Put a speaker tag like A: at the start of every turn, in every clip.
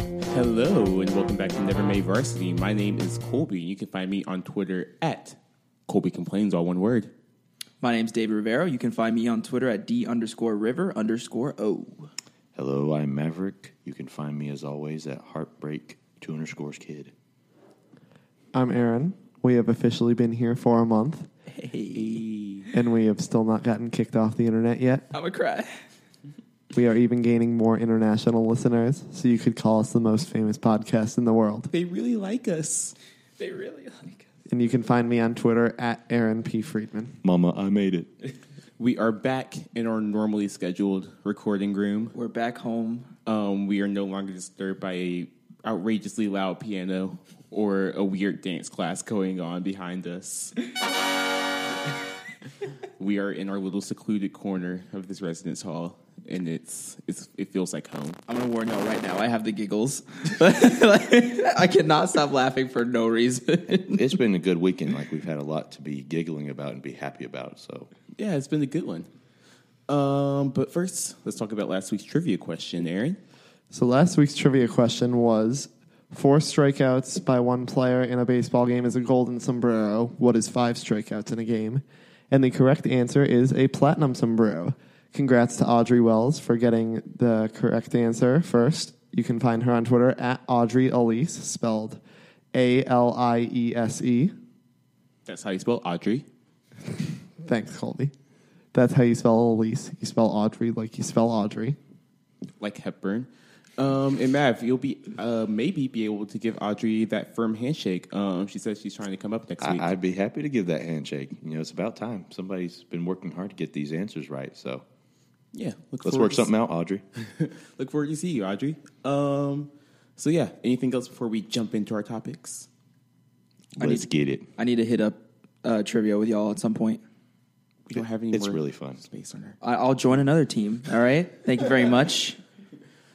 A: Hello, and welcome back to Never Made Varsity. My name is Colby. You can find me on Twitter at Colby Complains, all one word.
B: My name's David Rivero. You can find me on Twitter at D underscore river underscore O.
C: Hello, I'm Maverick. You can find me as always at Heartbreak Two Underscores Kid.
D: I'm Aaron. We have officially been here for a month,
A: Hey.
D: and we have still not gotten kicked off the internet yet.
B: I'm a cry.
D: We are even gaining more international listeners, so you could call us the most famous podcast in the world.
A: They really like us.
B: They really like
D: And you can find me on Twitter at Aaron P. Friedman.
C: Mama, I made it.
A: We are back in our normally scheduled recording room.
B: We're back home.
A: Um, we are no longer disturbed by a outrageously loud piano or a weird dance class going on behind us. we are in our little secluded corner of this residence hall, and it's, it's it feels like home.
B: I'm gonna warn y'all right now. I have the giggles. I cannot stop laughing for no reason.
C: it's been a good weekend. Like we've had a lot to be giggling about and be happy about. So
A: Yeah, it's been a good one. Um, but first, let's talk about last week's trivia question, Aaron.
D: So last week's trivia question was four strikeouts by one player in a baseball game is a golden sombrero. What is five strikeouts in a game? And the correct answer is a platinum sombrero. Congrats to Audrey Wells for getting the correct answer first. You can find her on Twitter at Audrey Elise, spelled A L I E S E.
A: That's how you spell Audrey.
D: Thanks, Colby. That's how you spell Elise. You spell Audrey like you spell Audrey.
A: like Hepburn. Um, and Mav, you'll be uh, maybe be able to give Audrey that firm handshake. Um, she says she's trying to come up next week.
C: I, I'd be happy to give that handshake. You know, it's about time. Somebody's been working hard to get these answers right. So
A: yeah, look
C: let's
A: forward
C: work
A: to-
C: something out, Audrey.
A: Look forward to see you, Audrey. Um, so yeah, anything else before we jump into our topics?
C: Let's get it.
B: I need to hit up uh, trivia with y'all at some point.
A: We don't have any.
C: It's
A: more
C: really fun.
A: Space on her.
B: I- I'll join another team. All right. Thank you very much.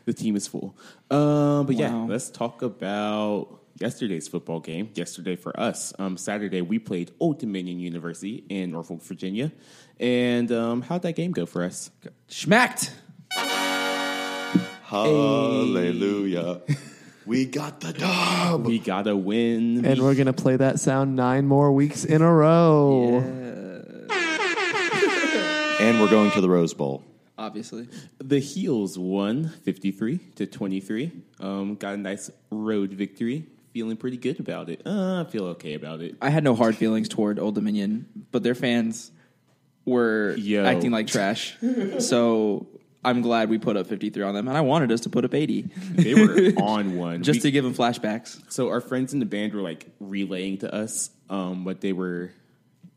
A: The team is full. Um, but yeah,
B: Wow.
A: let's talk about yesterday's football game. Yesterday for us, um, Saturday we played Old Dominion University in Norfolk, Virginia. And um, how'd that game go for us?
B: Schmacked.
C: Hallelujah. we got the dub.
A: We got to win.
D: And we're going to play that sound nine more weeks in a row.
C: And we're going to the Rose Bowl.
B: Obviously.
A: The Heels won 53 to 23. Um, got a nice road victory. Feeling pretty good about it. Uh, I feel okay about it.
B: I had no hard feelings toward Old Dominion, but their fans were
A: Yo.
B: acting like trash. so I'm glad we put up 53 on them, and I wanted us to put up 80
A: They were on one.
B: just
A: We-
B: to give them flashbacks.
A: so our friends in the band were like relaying to us um, what they were,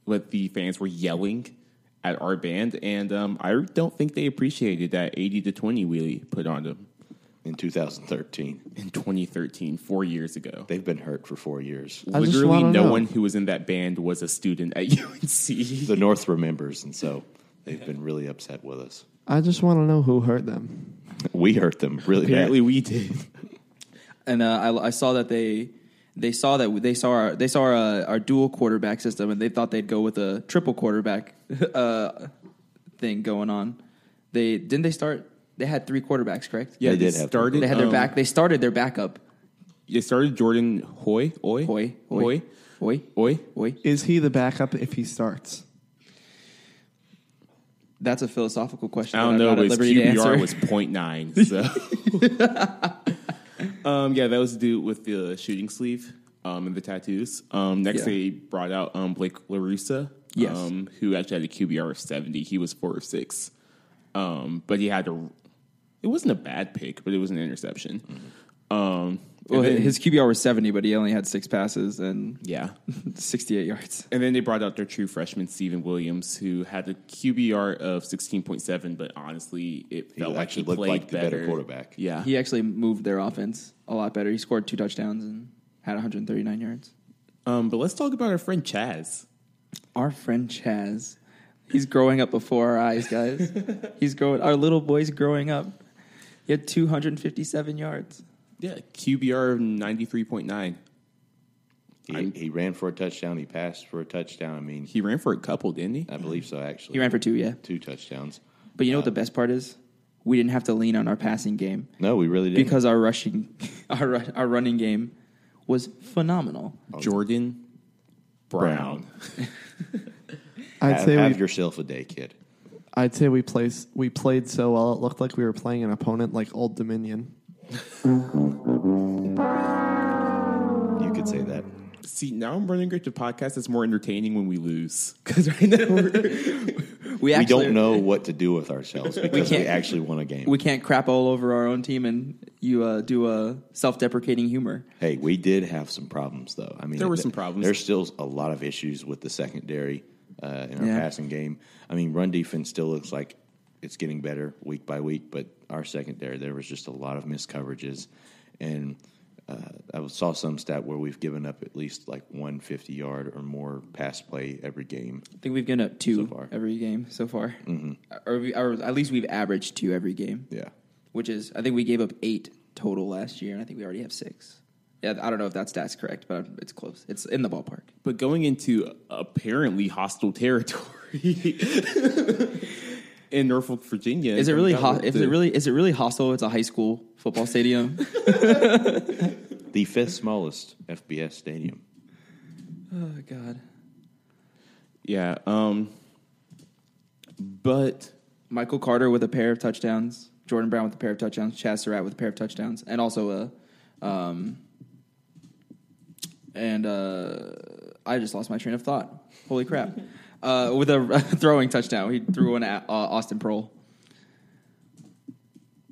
A: what the fans were yelling at our band, and um, I don't think they appreciated that 80 to 20 we put on them
C: In 2013.
A: in 2013, four years ago.
C: They've been hurt for four years.
D: I just
A: Literally,
D: wanna
A: no
D: know.
A: one who was in that band was a student at UNC.
C: The North remembers, and so they've been really upset with us.
D: I just want to know who hurt them.
C: We hurt them really
A: Apparently,
C: badly.
A: we did.
B: and uh, I, I saw that they they saw that they saw our they saw our, uh, our dual quarterback system, and they thought they'd go with a triple quarterback uh, thing going on. They didn't they start. They had three quarterbacks, correct?
A: Yeah,
C: They
A: they,
C: did have
A: started.
B: they had their
A: um,
B: back. They started their backup.
A: They started Jordan Hoy, Hoy,
B: Hoy,
A: Hoy,
B: Hoy, Hoy,
A: Hoy.
B: Hoy.
D: Is he the backup if he starts?
B: That's a philosophical question.
A: I don't
B: that
A: know,
B: I'm not
A: but
B: at
A: his
B: liberty to answer.
A: QBR was 0.9. So, um, yeah, that was the dude with the shooting sleeve um, and the tattoos. Um, next,
B: Yeah.
A: they brought out um, Blake Larusa,
B: Yes.
A: um, who actually had a QBR of 70. He was four of six, um, but he had a. It wasn't a bad pick, but it was an interception. Um, and
B: well,
A: then-
B: his QBR was seventy, but he only had six passes and
A: yeah.
B: sixty-eight yards.
A: And then they brought out their true freshman Steven Williams, who had a QBR of sixteen point seven, but honestly, it felt like
C: actually
A: he
C: looked
A: played
C: like the
A: better.
C: better quarterback.
A: Yeah,
B: He actually moved their offense a lot better. He scored two touchdowns and had one hundred thirty-nine yards.
A: um, but let's talk about our friend Chaz.
B: Our friend Chaz, he's growing up before our eyes, guys. he's growing. Our little boy's growing up. He had 257 yards.
A: Yeah, QBR of ninety three point nine.
C: He, he ran for a touchdown. He passed for a touchdown. I mean,
A: He ran for a couple, didn't he?
C: I believe so, actually.
B: He ran for two, yeah.
C: two touchdowns.
B: But you know what the best part is? we didn't have to lean on our passing game
C: No, we really didn't.
B: because our rushing, our ru- our running game was phenomenal.
A: Jordan Brown.
C: Brown.
D: I'd
C: have,
D: say
C: have
D: we,
C: yourself a day, kid.
D: I'd say we place we played so well it looked like we were playing an opponent like Old Dominion.
C: You could say that.
A: See, now I'm running into a podcast that's more entertaining when we lose. Because right now we're,
B: We actually
C: we don't know what to do with ourselves because we,
B: can't-
C: actually won a game.
B: we can't crap all over our own team, and you uh, do a self-deprecating humor.
C: hey, we did have some problems though. I mean,
A: There were
C: th-
A: some problems.
C: There's still a lot of issues with the secondary uh, in our
B: Yeah.
C: passing game. I mean, run defense still looks like it's getting better week by week, but our secondary there was just a lot of missed coverages, and uh, I saw some stat where we've given up at least like 150 yard or more pass play every game.
B: I think we've given up two
C: far.
B: every game so far, or, we, or at least we've averaged two every game.
C: Yeah,
B: which is I think we gave up eight total last year, and I think we already have six. Yeah, I don't know if that stat's correct, but it's close. It's in the ballpark.
A: but going into apparently hostile territory in Norfolk, Virginia.
B: Is it really?
A: that
B: Ho-
A: would-
B: is it really? Is it really hostile? It's a high school football stadium.
C: the fifth smallest FBS stadium.
B: oh God,
A: Yeah. Um, but
B: Michael Carter with a pair of touchdowns, Jordan Brown with a pair of touchdowns, Chaz Surratt with a pair of touchdowns, and also a, um, and uh, I just lost my train of thought. Holy crap! uh, with a throwing touchdown, he threw one at uh, Austin Pearl.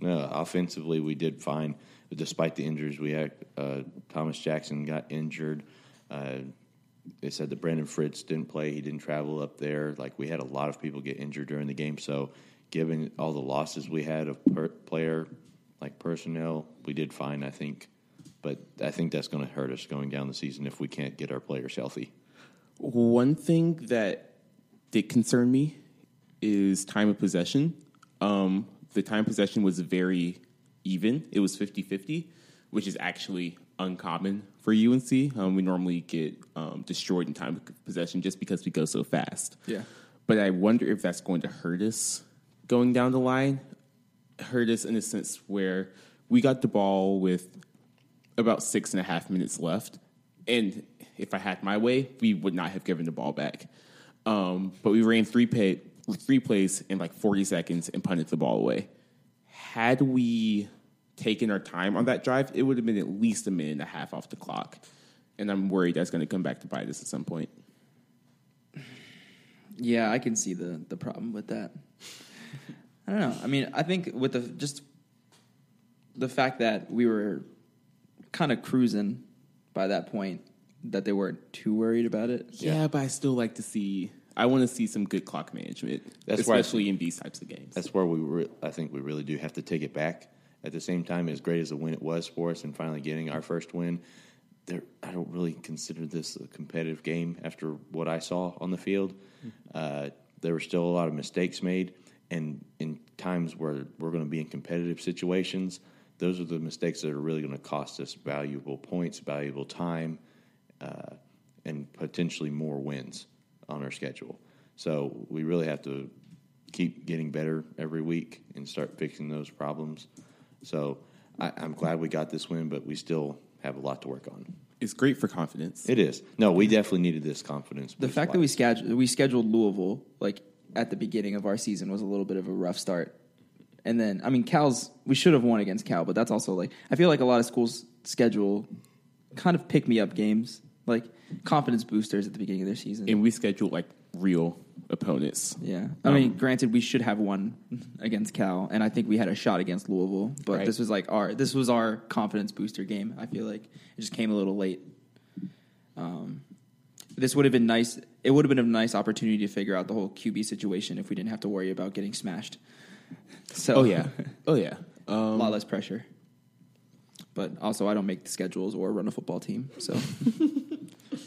C: No, uh, offensively we did fine, despite the injuries we had. Uh, Thomas Jackson got injured. Uh, they said that Brandon Fritz didn't play. He didn't travel up there. Like we had a lot of people get injured during the game. So, given all the losses we had of per- player like personnel, we did fine, I think. But I think that's going to hurt us going down the season if we can't get our players healthy.
A: One thing that did concern me is time of possession. Um, the time of possession was very even. It was 50 50, which is actually uncommon for UNC. Um, we normally get um, destroyed in time of possession just because we go so fast.
B: Yeah.
A: But I wonder if that's going to hurt us going down the line. Hurt us in a sense where we got the ball with about six and a half minutes left. And if I had my way, we would not have given the ball back. Um, but we ran three pay, three plays in like 40 seconds and punted the ball away. Had we taken our time on that drive, it would have been at least a minute and a half off the clock. And I'm worried that's going to come back to bite us at some point.
B: Yeah, I can see the the problem with that. I don't know. I mean, I think with the just the fact that we were kind of cruising by that point, that they weren't too worried about it.
A: Yeah, but I still like to see. I want to see some good clock management,
C: That's why I-
A: especially in these types of games.
C: that's where we re- I think we really do have to take it back. At the same time, as great as a win it was for us, and finally getting our first win, there I don't really consider this a competitive game after what I saw on the field. Uh, there were still a lot of mistakes made, and in times where we're going to be in competitive situations, those are the mistakes that are really going to cost us valuable points, valuable time, uh, and potentially more wins on our schedule. So we really have to keep getting better every week and start fixing those problems. So I, I'm glad we got this win, but we still have a lot to work on.
A: It's great for confidence.
C: It is no, we definitely needed this confidence.
B: The
C: boost
B: fact
C: a
B: that we
C: lot.
B: scheduled we scheduled Louisville like at the beginning of our season was a little bit of a rough start. And then I mean Cal's we should have won against Cal, but that's also like I feel like a lot of schools schedule kind of pick me up games, like confidence boosters at the beginning of their season.
A: And we schedule like real opponents.
B: Yeah. I mean, granted, we should have won against Cal, and I think we had a shot against Louisville, but
A: Right.
B: this was like our this was our confidence booster game. I feel like it just came a little late. Um, this would have been nice. It would have been a nice opportunity to figure out the whole QB situation if we didn't have to worry about getting smashed. So
A: Oh yeah, oh yeah.
B: a
A: Um,
B: lot less pressure. But also, I don't make the schedules or run a football team, so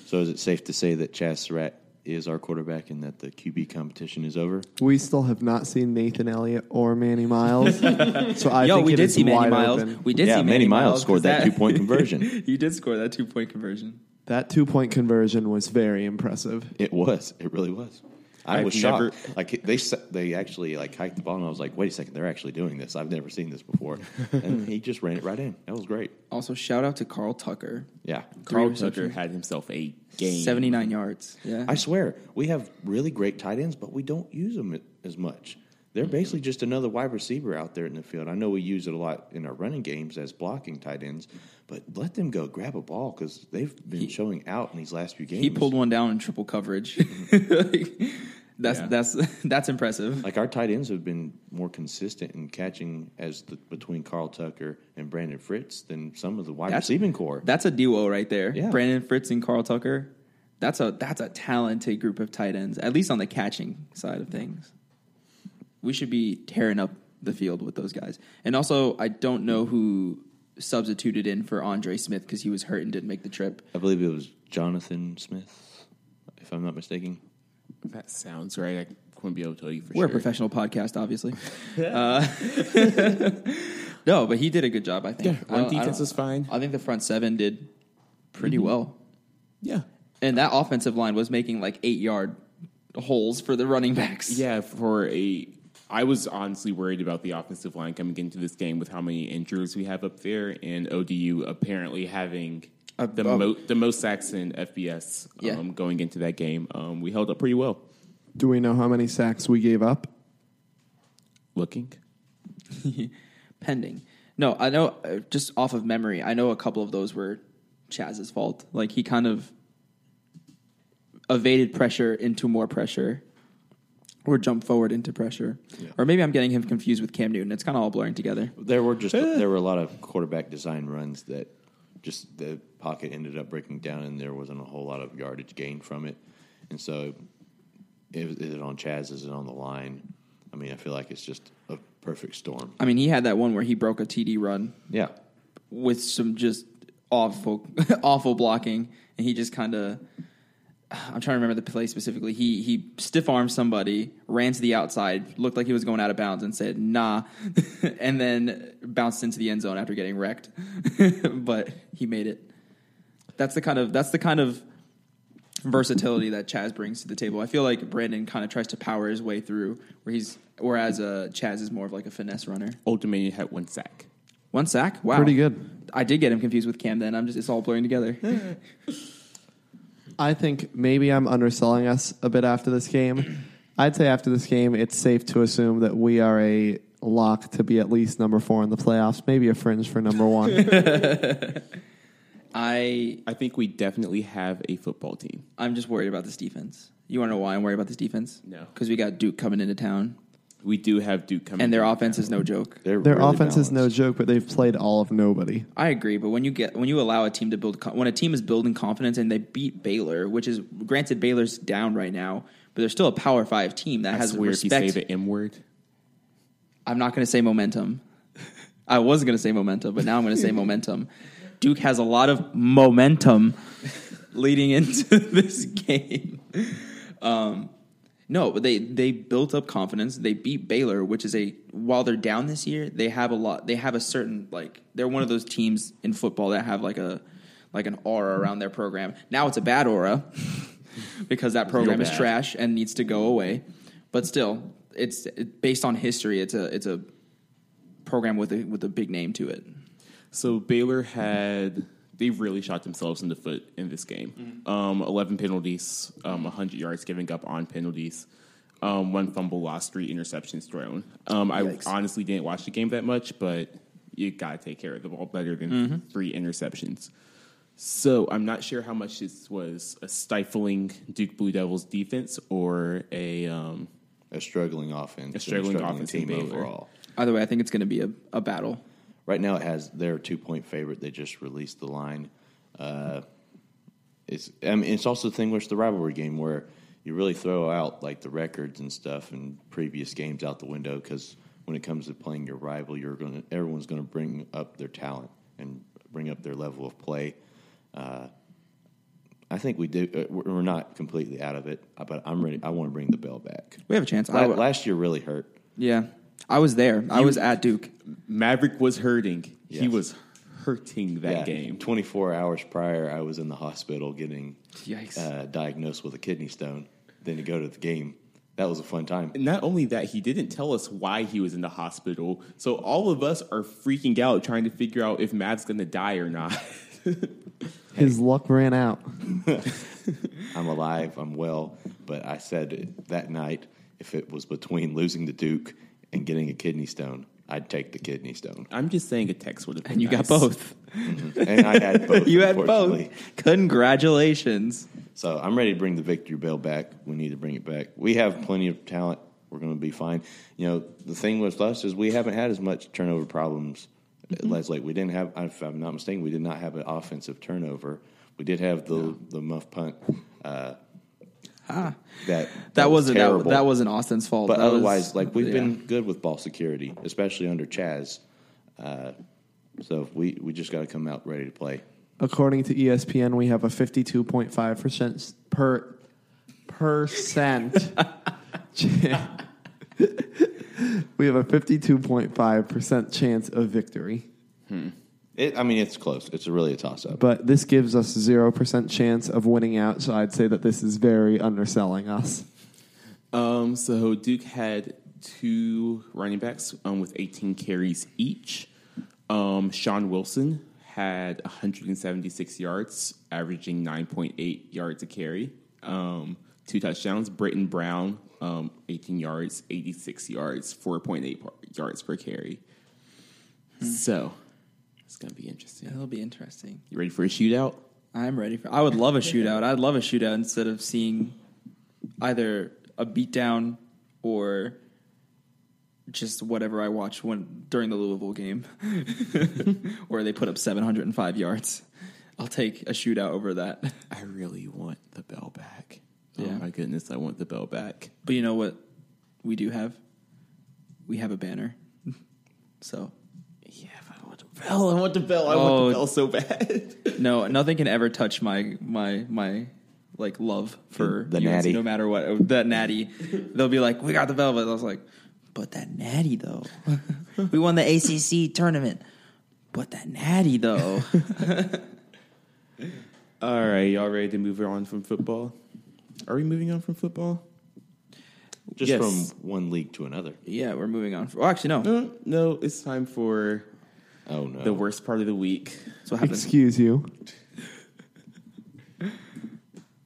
C: So is it safe to say that Chaz Surratt is our quarterback and that the QB competition is over?
D: We still have not seen Nathan Elliott or Manny Miles. so I
B: yo,
D: think
B: we
D: it
B: did
D: is
B: see Manny
D: wide
B: Miles.
D: open.
B: We did
C: yeah,
B: see
C: Manny Miles,
B: 'cause
C: scored that, two point conversion.
B: you did score that two point conversion.
D: That two point conversion was very impressive.
C: It was. It really was. I
A: I've
C: was
A: never-
C: shocked. Like they s- they actually like hiked the ball, and I was like, wait a second, they're actually doing this. I've never seen this before. and he just ran it right in. That was great.
B: Also, shout out to Carl Tucker.
C: Yeah,
A: Carl Tucker
B: receptions.
A: had himself a game.
B: 79 yards. Yeah.
C: I swear we have really great tight ends, but we don't use them as much.
B: Mm-hmm.
C: They're basically just another wide receiver out there in the field. I know we use it a lot in our running games as blocking tight ends, but let them go grab a ball because they've been showing out in these last few games.
B: he pulled one down in triple coverage. Like, that's
A: Yeah.
B: that's that's impressive.
C: Like our tight ends have been more consistent in catching as the, between Carl Tucker and Brandon Fritz than some of the wide
B: That's-
C: receiving core.
B: That's a duo right there.
C: Yeah.
B: Brandon Fritz and Carl Tucker. That's a that's a talented group of tight ends, at least on the catching side of things. We should be tearing up the field with those guys. And also, I don't know who substituted in for Andre Smith because he was hurt and didn't make the trip.
C: I believe it was Jonathan Smith, if I'm not mistaken.
A: That sounds right. I couldn't be able to tell you for
B: We're a
A: sure.
B: professional podcast, obviously. uh, no, but he did a good job. I think.
A: Yeah, run
B: I don't- I
A: defense
B: don't-
A: is fine. Mm-hmm.
B: I think the front seven did pretty well,
A: Yeah.
B: and that offensive line was making like eight yard holes for the running backs.
A: Yeah, for a I was honestly worried about the offensive line coming into this game with how many injuries we have up there and ODU apparently having
B: A
A: the,
B: bum.
A: mo- the most sacks in FBS um,
B: Yeah.
A: going into that game. Um, we held up pretty well.
D: Do we know how many sacks we gave up?
A: Looking.
B: pending. No, I know. uh, Just off of memory, I know a couple of those were Chaz's fault. Like he kind of evaded pressure into more pressure, or jumped forward into pressure, or maybe I'm getting him confused with Cam Newton. It's kind of all blurring together.
C: There were just there were a lot of quarterback design runs that just the pocket ended up breaking down, and there wasn't a whole lot of yardage gained from it. And so, is, is it on Chaz? Is it on the line? I mean, I feel like it's just a perfect storm.
B: I mean, he had that one where he broke a TD run
C: Yeah,
B: with some just awful, awful blocking, and he just kind of. I'm trying to remember the play specifically. He he stiff armed somebody, ran to the outside, looked like he was going out of bounds, and said "nah," and then bounced into the end zone after getting wrecked. but he made it. That's the kind of that's the kind of versatility that Chaz brings to the table. I feel like Brandon kind of tries to power his way through, where he's whereas uh, Chaz is more of like a finesse runner.
A: Old Dominion had one sack.
B: One sack? Wow.
D: Pretty good.
B: I did get him confused with Cam then. I'm just it's all blurring together.
D: I think maybe I'm underselling us a bit after this game. I'd say after this game, it's safe to assume that we are a lock to be at least number four in the playoffs, maybe a fringe for number one.
B: I
A: I think we definitely have a football team.
B: I'm just worried about this defense. You wanna know why I'm worried about this defense?
A: No.
B: Because we got Duke coming into town
A: We do have Duke coming.
B: and their offense is no joke.
C: they're
D: Their
C: really
D: offense is no
C: balanced.
D: joke, but they've played all of nobody.
B: I agree, but when you get when you allow a team to build co- when a team is building confidence and they beat Baylor, which is granted Baylor's down right now, but they're still a power five team that
A: That's
B: has
A: weird
B: respect.
A: if you say the M word.
B: I'm not going to say momentum. I was going to say momentum, but now I'm going to say momentum. Duke has a lot of momentum leading into this game. Um, no, but they they built up confidence. They beat Baylor, which is a while they're down this year, they have a lot. They have a certain like they're one of those teams in football that have like a like an aura around their program. Now it's a bad aura because that program is
A: bad.
B: trash and needs to go away. But still, it's it, based on history. It's a it's a program with a with a big name to it.
A: So Baylor had they really shot themselves in the foot in this game.
B: Mm-hmm.
A: Um, Eleven penalties, um, hundred yards giving up on penalties, um, one fumble lost, three interceptions thrown. Um, I
B: Yikes.
A: honestly didn't watch the game that much, but you gotta take care of the ball better than
B: Mm-hmm.
A: three interceptions. So I'm not sure how much this was a stifling Duke Blue Devils defense or a um,
C: A struggling offense, and a
A: struggling offense in
C: team
A: Baylor.
C: overall.
B: Either way, I think it's going to be a, a battle.
C: Right now, it has their two point favorite. They just released the line. Uh, it's I mean, it's also the thing where it's the rivalry game where you really throw out like the records and stuff and previous games out the window because when it comes to playing your rival, you're going to everyone's going to bring up their talent and bring up their level of play. Uh, I think we do. Uh, we're we're not completely out of it, but I'm ready. I want to bring the bell back.
B: We have a chance. I
C: La-
B: would-
C: last year really hurt.
B: Yeah, I was there. I was at Duke.
A: Maverick was hurting. He
C: Yes.
A: was hurting that game.
C: 24 hours prior, I was in the hospital getting
B: Yikes.
C: Uh, diagnosed with a kidney stone. Then to go to the game, that was a fun time.
A: Not only that, he didn't tell us why he was in the hospital. So all of us are freaking out trying to figure out if Mav's going to die or not.
D: His luck ran out.
C: I'm alive, I'm well, but I said that night if it was between losing the Duke and getting a kidney stone, I'd take the kidney stone.
A: I'm just saying a text would have been
B: and you
A: nice.
B: got both.
C: And I had both.
B: you had both.
C: unfortunately.
B: Congratulations.
C: So I'm ready to bring the victory bell back. We need to bring it back. We have plenty of talent. We're going to be fine. You know, the thing with us is we haven't had as much turnover problems
B: Mm-hmm.
C: as like we didn't have. If I'm not mistaken, we did not have an offensive turnover. We did have the the muff punt. Uh, That
B: Ah. That, wasn't that,
C: terrible.
B: that wasn't Austin's fault.
C: But
B: That was-
C: otherwise, like we've
B: yeah.
C: been good with ball security, especially under Chaz. Uh, so we we just got to come out ready to play.
D: According to E ESPN, we have a 52.5 percent per percent. chan- we have a 52.5 percent chance of victory,
C: It, I mean, it's close. It's really a toss up.
D: but this gives us zero percent chance of winning out. So I'd say that this is very underselling us.
A: Um, so Duke had two running backs um, with 18 carries each. Um, Sean Wilson had 176 yards, averaging 9.8 yards a carry. Um, two touchdowns. Britton Brown, um, 18 yards, 86 yards, 4.8 par- yards per carry. So it's gonna be interesting.
B: That'll be interesting.
A: You ready for a shootout?
B: I'm ready for. I would love a shootout. I'd love a shootout instead of seeing either a beatdown or just whatever I watched when during the Louisville game, where they put up 705 yards. I'll take a shootout over that.
A: I really want the bell back.
B: Yeah.
A: Oh my goodness, I want the bell back.
B: But you know what? We do have. We have a banner. So
A: Yeah, but I want the bell. I want the bell. I want
B: Oh.
A: the bell so bad.
B: no, nothing can ever touch my my my like love for
C: The
B: UNC,
C: natty.
B: No matter what, the natty. They'll be like, "We got the velvet." I was like, "But that natty though, we won the ACC tournament." But that natty though,
A: All right, y'all ready to move on from football? Are we moving on from football?
C: Just
A: Yes.
C: from one league to another.
B: yeah, we're moving on. Oh, actually, no.
A: No, no, it's time for
C: Oh no!
A: the worst part of the week.
B: That's what happens.
D: Excuse you.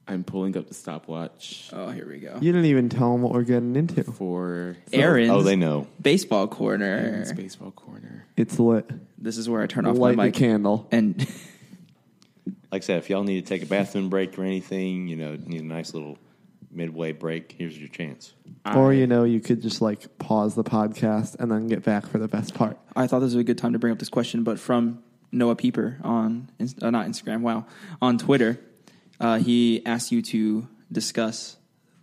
A: I'm pulling up the stopwatch
B: Oh, here we go.
D: You didn't even tell them what we're getting into.
A: for
B: Aaron's
C: Oh, they know.
B: baseball corner.
A: Aaron's baseball corner.
D: It's lit.
B: This is where I turn off
D: Light
B: my
D: the
B: mic
D: candle.
B: and
C: Like I said, if y'all need to take a bathroom break or anything, you know, need a nice little midway break. Here's your chance.
D: Or
A: I-
D: you know, you could just like pause the podcast and then get back for the best part.
B: I thought this was a good time to bring up this question, but from Noah Pieper on Inst- uh, not Instagram, wow, on Twitter, uh, he asked you to discuss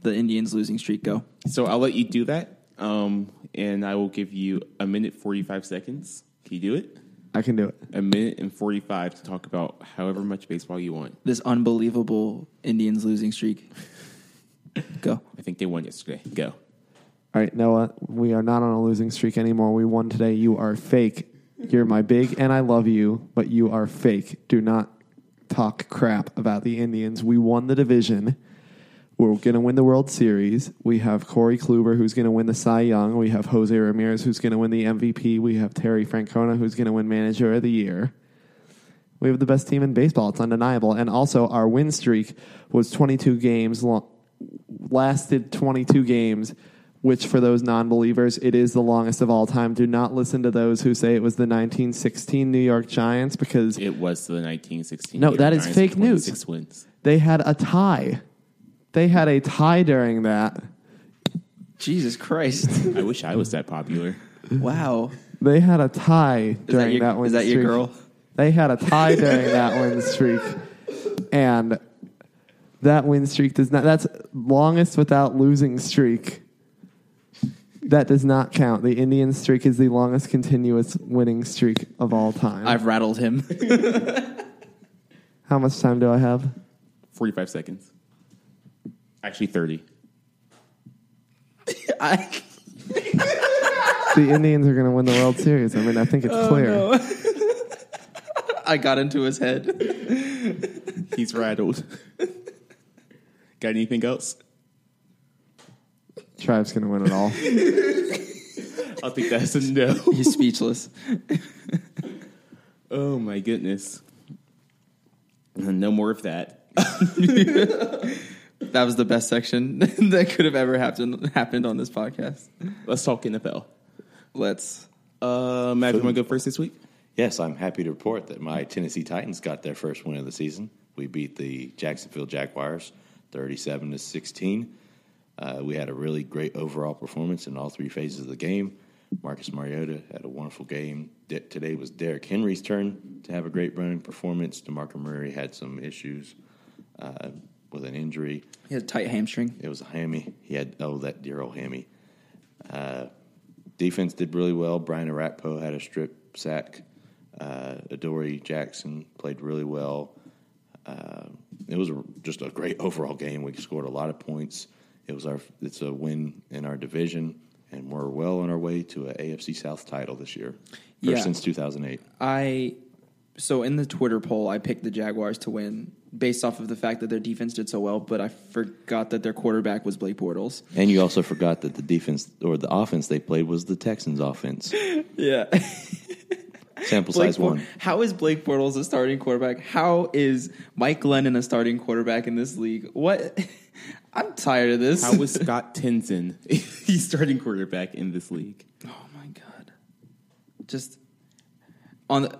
B: the Indians losing streak go.
A: So I'll let you do that, um, and I will give you a minute forty five seconds. Can you do it?
D: I can do it.
A: A minute and forty five to talk about however much baseball you want.
B: This unbelievable Indians losing streak. go.
A: I think they won yesterday. Go.
D: All right, Noah, we are not on a losing streak anymore. We won today. You are fake. You're my big, and I love you, but you are fake. Do not talk crap about the Indians. We won the division. We're going to win the World Series. We have Corey Kluber, who's going to win the Cy Young. We have Jose Ramirez, who's going to win the MVP. We have Terry Francona, who's going to win Manager of the Year. We have the best team in baseball. It's undeniable. And also, our win streak was 22 games long, lasted 22 games, which for those non believers, it is the longest of all time. Do not listen to those who say it was the 1916 New York Giants because
A: It was the 1916.
D: No, that is
A: Giants
D: fake
A: with 26
D: news.
A: wins.
D: they had a tie. They had a tie during that.
B: Jesus Christ.
A: I wish I was that popular.
B: wow.
D: They had a tie during
B: Is that your,
D: that win
B: is that your
D: streak.
B: girl?
D: They had a tie during that win streak, and that win streak does not. That's longest without losing streak. That does not count. The Indian streak is the longest continuous winning streak of all time.
B: I've rattled him.
D: How much time do I have?
A: 45 seconds. Actually, 30.
B: I,
D: The Indians are going to win the World Series. I mean, I think it's
B: Oh,
D: clear.
B: I got into his head.
A: He's rattled. Got anything else?
D: Tribe's gonna win it all.
A: I think that's a no.
B: He's speechless.
A: Oh my goodness. No more of that.
B: That was the best section that could have ever happened happened on this podcast.
A: Let's talk NFL.
B: Let's.
A: Uh, Matt, you want to go first this week?
C: Yes, I'm happy to report that my Tennessee Titans got their first win of the season. We beat the Jacksonville Jaguars 37 to 16. Uh, we had a really great overall performance in all three phases of the game. Marcus Mariota had a wonderful game. De- today was Derrick Henry's turn to have a great running performance. DeMarco Murray had some issues uh, with an injury.
B: He had a tight hamstring.
C: It was a hammy. He had oh that dear old hammy. Uh, defense did really well. Brian Aratpo had a strip sack. Uh, Adoree Jackson played really well. Uh, it was a, just a great overall game. We scored a lot of points. It was our it's a win in our division, and we're well on our way to a AFC South title this year. First
B: Yeah.
C: since 2008.
B: I so in the Twitter poll, I picked the Jaguars to win based off of the fact that their defense did so well, but I forgot that their quarterback was Blake Bortles.
C: And you also forgot that the defense or the offense they played was the Texans' offense.
B: Yeah,
C: Sample
B: Blake
C: size
B: Bor-
C: one.
B: How is Blake Bortles a starting quarterback? How is Mike Glennon a starting quarterback in this league? What? I'm tired of this.
A: How was Scott Tenzin? He's starting quarterback in this league.
B: Oh my god. Just on the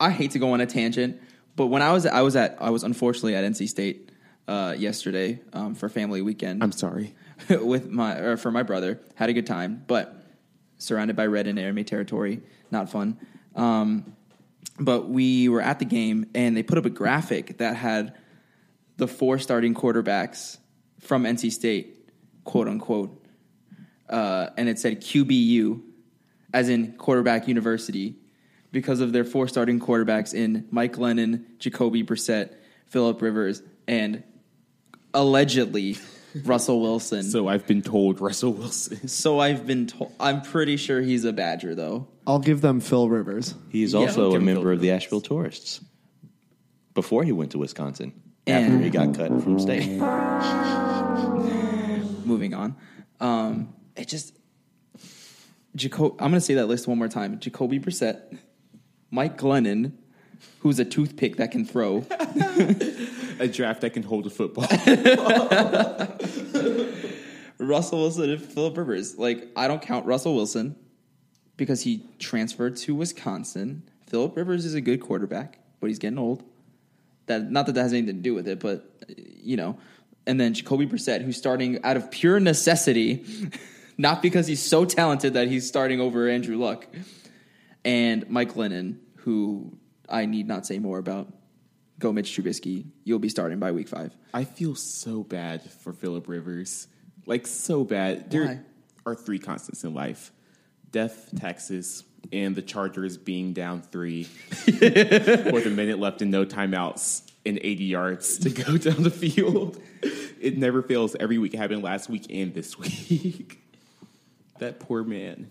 B: I hate to go on a tangent, but when I was I was at I was unfortunately at NC State uh, yesterday um, for family weekend
A: I'm sorry.
B: with my or for my brother. Had a good time, but surrounded by red and enemy territory, not fun. Um, but we were at the game and they put up a graphic that had the four starting quarterbacks from NC State, quote unquote, uh, and it said QBU, as in quarterback university, because of their four starting quarterbacks in Mike Lennon, Jacoby Brissett, Philip Rivers, and allegedly Russell Wilson. So,
A: So I've been told Russell Wilson.
B: I've been told. I'm pretty sure he's a Badger, though.
D: I'll give them Phil Rivers.
C: He is
B: Yeah,
C: also a
A: Kevin
C: member of the
A: Phillips.
C: Asheville Tourists. Before he went to Wisconsin,
B: And-
C: after he got cut from state,
B: Moving on. Um, it just. Jaco- I'm going to say that list one more time. Jacoby Brissett, Mike Glennon, who's a toothpick that can throw.
A: A draft that can hold a football.
B: Russell Wilson and Philip Rivers. Like I don't count Russell Wilson because he transferred to Wisconsin. Philip Rivers is a good quarterback, but he's getting old. That not that that has anything to do with it, but uh, you know. And then Jacoby Brissett, who's starting out of pure necessity, not because he's so talented that he's starting over Andrew Luck, and Mike Lennon, who I need not say more about. Go Mitch Trubisky. You'll be starting by week five.
A: I feel so bad for Philip Rivers. Like so bad. There
B: Why?
A: are three constants in life. Death, taxes, and the Chargers being down three with a minute left and no timeouts and 80 yards to go down the field. It never fails every week. It happened last week and this week. that poor man.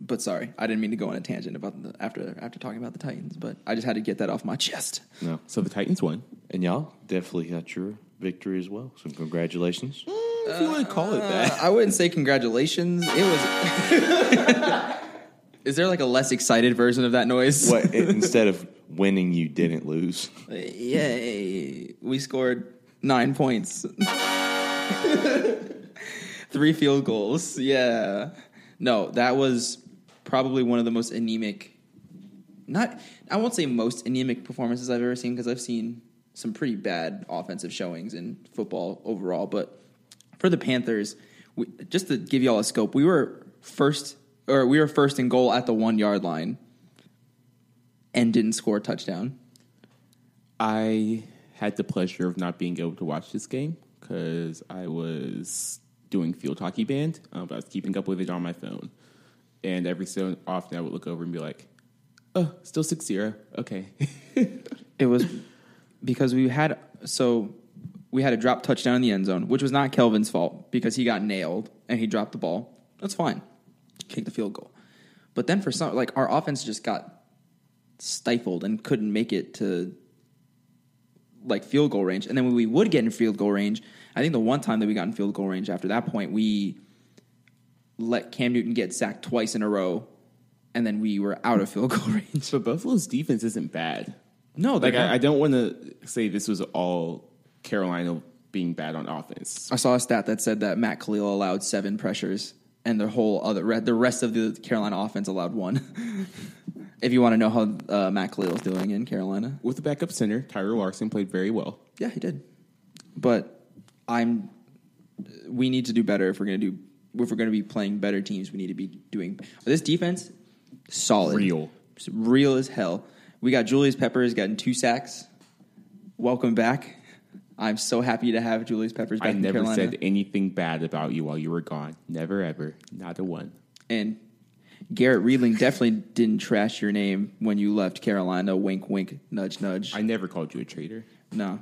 B: But sorry, I didn't mean to go on a tangent about the, after after talking about the Titans, but I just had to get that off my chest.
C: no.
A: So the Titans won.
C: And y'all definitely got your victory as well. So congratulations.
A: If you want to call it
B: Uh,
A: that.
B: I wouldn't say congratulations. It was. Is there like a less excited version of that noise?
C: what instead of winning, you didn't lose.
B: Yay! We scored nine points, three field goals. Yeah. No, that was probably one of the most anemic. Not, I won't say most anemic performances I've ever seen because I've seen some pretty bad offensive showings in football overall. But for the Panthers, we, just to give y'all a scope, we were first or we were first in goal at the one yard line and didn't score a touchdown.
A: I had the pleasure of not being able to watch this game because I was doing field hockey band, um, but I was keeping up with it on my phone. And every so often I would look over and be like, oh, still 6 0. Okay.
B: It was because we had so we had a drop touchdown in the end zone, which was not Kelvin's fault because he got nailed and he dropped the ball. That's fine. Kick the field goal. But then for some like our offense just got stifled and couldn't make it to like field goal range. And then when we would get in field goal range, I think the one time that we got in field goal range after that point, we let Cam Newton get sacked twice in a row, and then we were out of field goal range.
A: But Buffalo's defense isn't bad.
B: No,
A: Like, I, I
B: I,
A: don't want to say this was all Carolina being bad on offense.
B: I saw a stat that said that Matt Khalil allowed seven pressures, and the whole other re- the rest of the Carolina offense allowed one. if you want to know how uh, Matt Khalil's doing in Carolina,
A: With the backup center, Tyler Larson played very well.
B: yeah, he did. But I'm. We need to do better if we're gonna do if we're gonna be playing better teams. We need to be doing this defense solid,
A: Real.
B: It's real as hell. We got Julius Peppers gotten two sacks. Welcome back. I'm so happy to have Julius Peppers back
A: I
B: in
A: never
B: Carolina.
A: said anything bad about you while you were gone. Never ever. Not a one.
B: and Garrett Reedling definitely didn't trash your name when you left Carolina. Wink, wink, nudge, nudge.
A: I never called you a traitor.
B: No.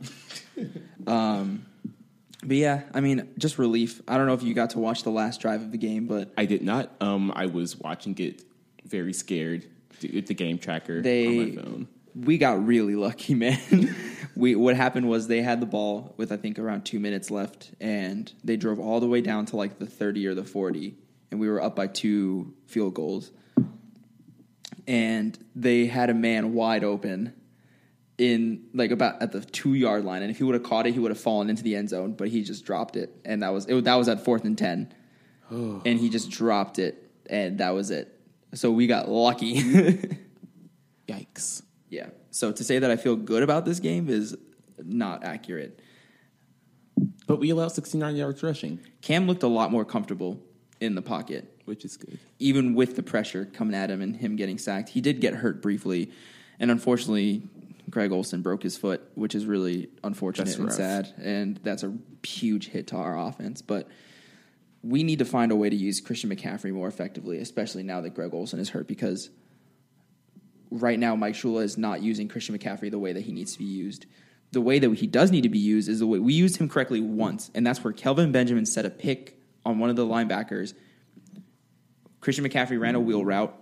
B: um, but yeah, I mean, just relief. I don't know if you got to watch the last drive of the game, but
A: I did not. Um, I was watching it very scared d- with the game tracker on
B: they
A: my phone.
B: we got really lucky, man. we what happened was they had the ball with I think around two minutes left, and they drove all the way down to like the thirty or the forty, and we were up by two field goals. and they had a man wide open in like about at the two yard line, and if he would have caught it, he would have fallen into the end zone. But he just dropped it, and that was it, that was at fourth and ten, and he just dropped it, and that was it. So we got lucky.
A: Yikes.
B: yeah. So to say that I feel good about this game is not accurate.
A: But we allowed 69 yards rushing,
B: Cam looked a lot more comfortable in the pocket.
A: which is good.
B: even with the pressure coming at him and him getting sacked, he did get hurt briefly, and unfortunately, Greg Olson broke his foot, which is really unfortunate
A: That's
B: and
A: rough.
B: sad, and that's a huge hit to our offense. But we need to find a way to use Christian McCaffrey more effectively, especially now that Greg Olson is hurt, because right now Mike Shula is not using Christian McCaffrey the way that he needs to be used. The way that he does need to be used is the way we used him correctly once, and that's where Kelvin Benjamin set a pick on one of the linebackers. Christian McCaffrey ran a wheel route,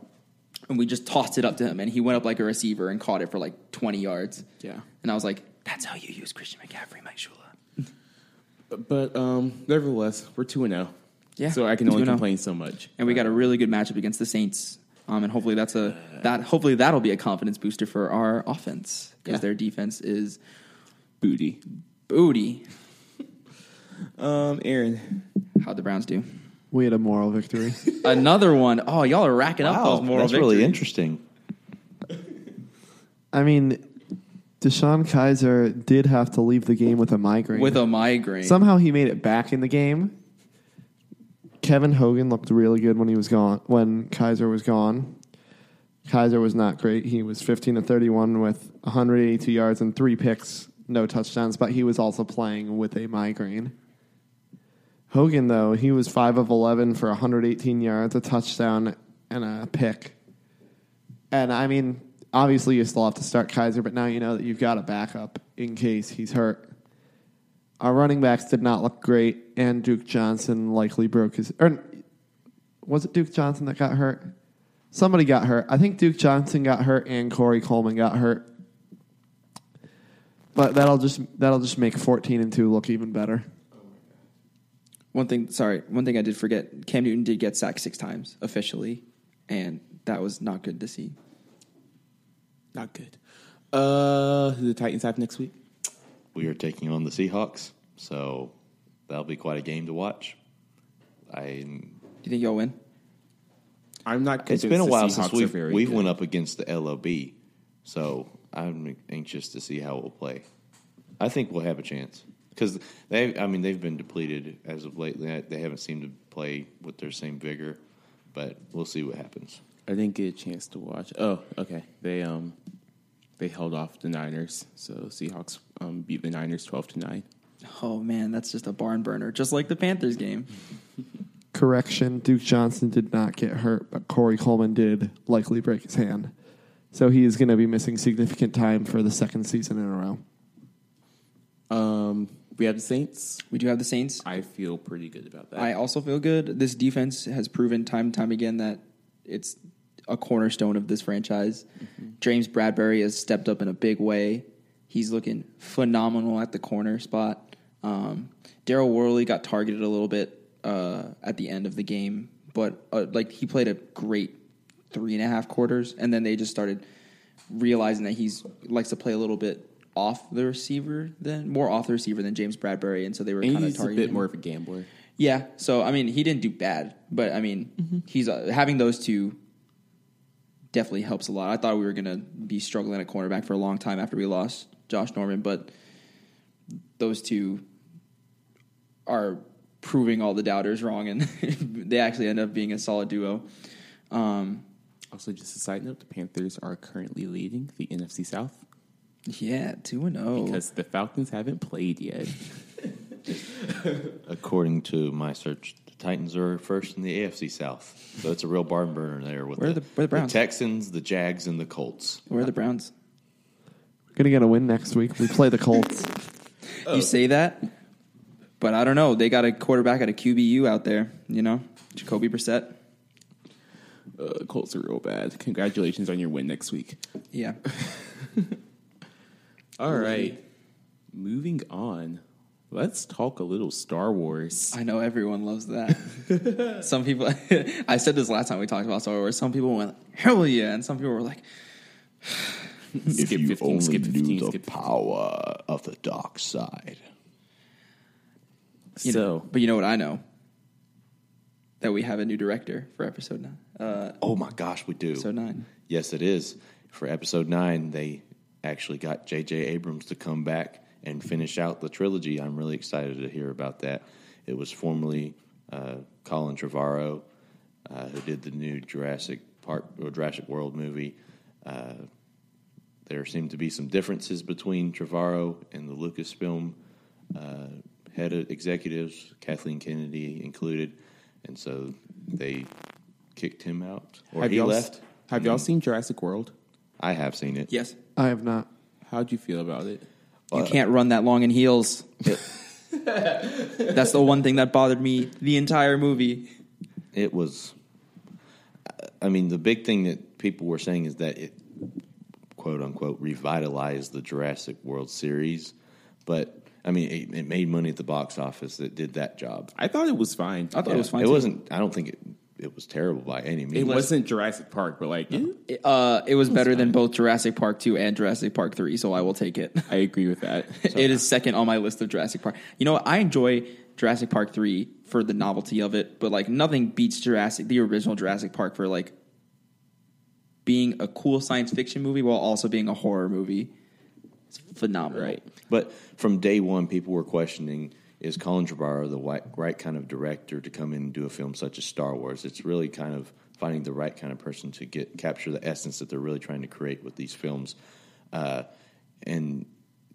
B: and we just tossed it up to him, and he went up like a receiver and caught it for like 20 yards.
A: Yeah.
B: And I was like, that's how you use Christian McCaffrey, Mike Shula.
A: But um, nevertheless, we're 2 and 0.
B: Yeah,
A: So I can only
B: 2-0.
A: complain so much.
B: And we got a really good matchup against the Saints. Um, and hopefully that's a that hopefully that'll be a confidence booster for our offense because
A: Yeah.
B: their defense is
A: Booty.
B: booty.
A: Um, Aaron.
B: How'd the Browns do?
D: We had a moral victory.
B: Another one. Oh, y'all are racking up those moral
C: that's
B: victories.
C: really interesting.
D: I mean, Deshaun Kaiser did have to leave the game with a migraine.
B: With a migraine.
D: Somehow he made it back in the game. Kevin Hogan looked really good when he was gone. When Kaiser was gone, Kaiser was not great. He was 15 to 31 with 182 yards and three picks, no touchdowns. But he was also playing with a migraine. Hogan though, he was five of 11 for 118 yards, a touchdown, and a pick. And I mean, obviously you still have to start Kaiser, but now you know that you've got a backup in case he's hurt. Our running backs did not look great, and Duke Johnson likely broke his. Or was it Duke Johnson that got hurt? Somebody got hurt. I think Duke Johnson got hurt, and Corey Coleman got hurt. But that'll just that'll just make fourteen and two look even better.
B: One thing, sorry, one thing I did forget. Cam Newton did get sacked six times officially, and that was not good to see.
A: Not good. Uh, who the Titans have next week?
C: We are taking on the Seahawks, so that'll be quite a game to watch. I
B: Do you think y'all win?
A: I'm not
C: it's
A: convinced
C: been a
A: the
C: while
A: Seahawks
C: since
A: are
C: we've
A: very
C: we've
A: good.
C: went up against the LOB, so I'm anxious to see how it will play. I think we'll have a chance because they, I mean, they've been depleted as of late. They they haven't seemed to play with their same vigor, but we'll see what happens.
A: I didn't get a chance to watch. Oh, okay. They um they held off the Niners, so Seahawks um beat the Niners twelve to nine.
B: Oh man, that's just a barn burner, just like the Panthers game.
D: Correction: Duke Johnson did not get hurt, but Corey Coleman did likely break his hand, so he is going to be missing significant time for the second season in a row.
A: Um, we have the Saints.
B: We do have the Saints.
A: I feel pretty good about that.
B: I also feel good. This defense has proven time and time again that it's
A: Mm-hmm.
B: a cornerstone of this franchise. James Bradbury has stepped up in a big way. He's looking phenomenal at the corner spot. Um, Daryl Worley got targeted a little bit uh, at the end of the game, but uh, like he played a great three and a half quarters, and then they just started realizing that he's likes to play a little bit off the receiver than more off the receiver than James Bradbury, and so they were
A: And
B: kind of
A: he's a
B: targeting
A: bit
B: him.
A: more of a gambler.
B: Yeah. So I mean, he didn't do bad, but I mean, he's uh, having those two definitely helps a lot. I thought we were gonna be struggling at cornerback for a long time after we lost Josh Norman, but those two are proving all the doubters wrong, and they actually end up being a solid duo. Um,
A: Also, just a side note: the Panthers are currently leading the NFC South
B: yeah, two and oh. zero.
A: because the Falcons haven't played yet.
C: According to my search, the Titans are first in the AFC South, so it's a real barn burner there with
B: Where are the- where are the Browns?
C: Texans, the Jags, and the Colts.
B: Where are the Browns?
D: We're gonna get a win next week. We play the Colts.
B: You say that, but I don't know. They got a quarterback at a QBU out there, you know, Jacoby Brissett.
A: uh, Colts are real bad. Congratulations on your win next week.
B: Yeah.
A: All right, moving on. Let's talk a little Star Wars.
B: I know everyone loves that. some people, I said this last time we talked about Star Wars. Some people went, "Hell yeah!" and some people were like,
C: if you only knew the
A: 15.
C: power of the dark side.
B: you know,
A: So,
B: "But you know what I know? That we have a new director for episode nine. Uh,
C: Oh my gosh, we do.
B: episode nine.
C: Yes, it is. For episode nine, they actually got J.J. Abrams to come back and finish out the trilogy. I'm really excited to hear about that. It was formerly uh, Colin Trevorrow, uh, who did the new Jurassic Park or Jurassic World movie. Uh, there seem to be some differences between Trevorrow and the Lucasfilm uh, head of executives, Kathleen Kennedy included, and so they kicked him out or he
A: y'all
C: left.
A: Have y'all seen Jurassic World?
C: I have seen it.
B: Yes,
D: I have not.
A: How'd you feel about it?
B: you can't run that long in heels. That's the one thing that bothered me the entire movie.
C: It was. I mean, the big thing that people were saying is that it, quote unquote, revitalized the Jurassic World series. But I mean, it, it made money at the box office. It did that job.
A: I thought it was fine.
B: I thought it was fine.
C: It
B: too.
C: wasn't. I don't think it. It was terrible by any
A: It
C: means.
A: wasn't Jurassic Park, but like,
B: Uh, it was better than both Jurassic Park two and Jurassic Park three. So I will take it.
A: I agree with that.
B: it is second on my list of Jurassic Park. You know, what? I enjoy Jurassic Park three for the novelty of it, but like nothing beats Jurassic the original Jurassic Park for like being a cool science fiction movie while also being a horror movie. It's phenomenal.
A: Right.
C: But from day one, people were questioning: Is Colin Trevorrow the wi- right kind of director to come in and do a film such as Star Wars? It's really kind of finding the right kind of person to get capture the essence that they're really trying to create with these films, uh, and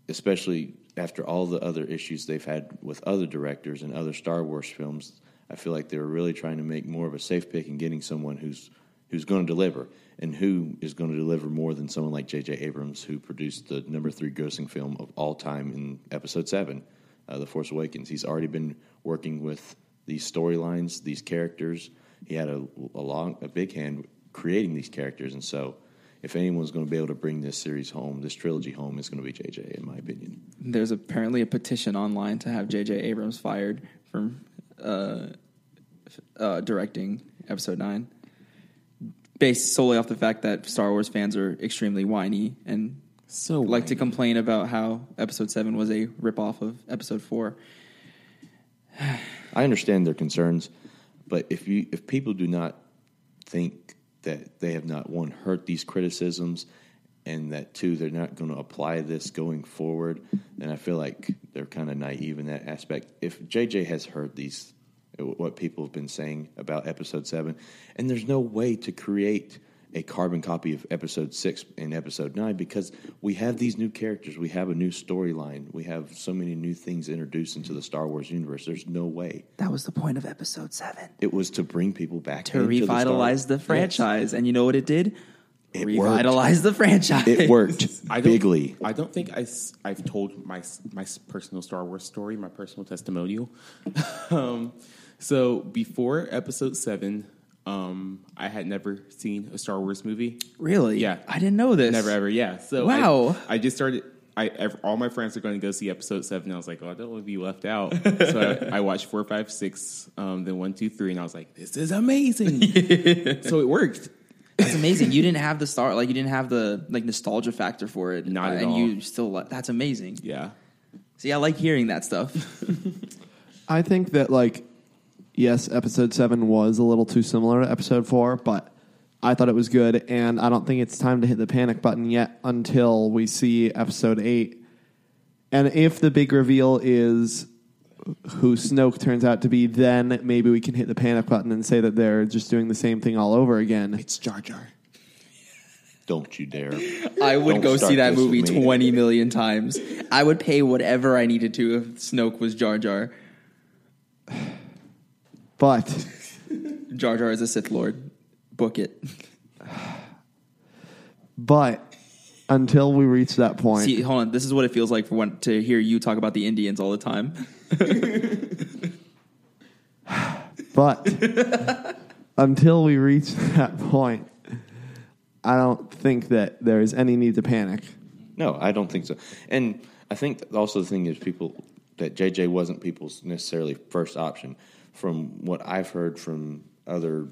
C: especially after all the other issues they've had with other directors and other Star Wars films. I feel like they were really trying to make more of a safe pick and getting someone who's who's going to deliver and who is going to deliver more than someone like J.J. Abrams, who produced the number three grossing film of all time in Episode 7, uh, The Force Awakens. He's already been working with these storylines, these characters. He had a, a long, a big hand creating these characters, and so if anyone's going to be able to bring this series home, this trilogy home, it's going to be J.J. in my opinion.
B: There's apparently a petition online to have J.J. Abrams fired from uh, uh, directing Episode Nine, based solely off the fact that Star Wars fans are extremely whiny and
A: so
B: like to complain about how episode seven was a ripoff of episode four.
C: I understand their concerns, but if you if people do not think that they have not one heard these criticisms and that two they're not going to apply this going forward, then I feel like they're kind of naive in that aspect. If JJ has heard these what people have been saying about episode 7 and there's no way to create a carbon copy of episode 6 and episode 9 because we have these new characters we have a new storyline we have so many new things introduced into the star wars universe there's no way
B: That was the point of episode seven
C: it was to bring people back
B: to
C: into the Star-
B: revitalize the,
C: Yes.
B: franchise, and you know what it did?
C: It
B: revitalize the franchise.
C: It worked
A: I don't-
C: bigly.
A: I don't think I, have told my s- my s- personal Star Wars story, my personal testimonial. um, so before Episode Seven, um, I had never seen a Star Wars movie.
B: Really?
A: Yeah.
B: I didn't know this.
A: Never ever, yeah. So I-
B: Wow.
A: I, just started I ev- all my friends are going to go see episode seven. I was like, oh, I don't want to be left out. so I, I watched four, five, six, um, then one, two, three, and I was like, this is amazing. So it worked.
B: That's amazing. You didn't have the star, like you didn't have the like nostalgia factor for it. uh,
A: Not at
B: and
A: all.
B: you still. li- That's amazing.
A: Yeah.
B: See, I like hearing that stuff.
D: I think that like yes, episode seven was a little too similar to episode four, but I thought it was good, and I don't think it's time to hit the panic button yet until we see episode eight. And if the big reveal is who Snoke turns out to be, then maybe we can hit the panic button and say that they're just doing the same thing all over again.
A: It's Jar Jar.
C: Don't you dare.
B: I would
C: Don't
B: go
C: start
B: see that
C: this with
B: movie
C: me.
B: twenty million times. I would pay whatever I needed to if Snoke was Jar Jar.
D: But
B: Jar Jar is a Sith Lord. Book it.
D: but until we reach that point,
B: See, hold on. This is what it feels like for when to hear you talk about the Indians all the time.
D: But until we reach that point, I don't think that there is any need to panic.
C: No, I don't think so. And I think also the thing is people that JJ wasn't people's necessarily first option. From what I've heard from other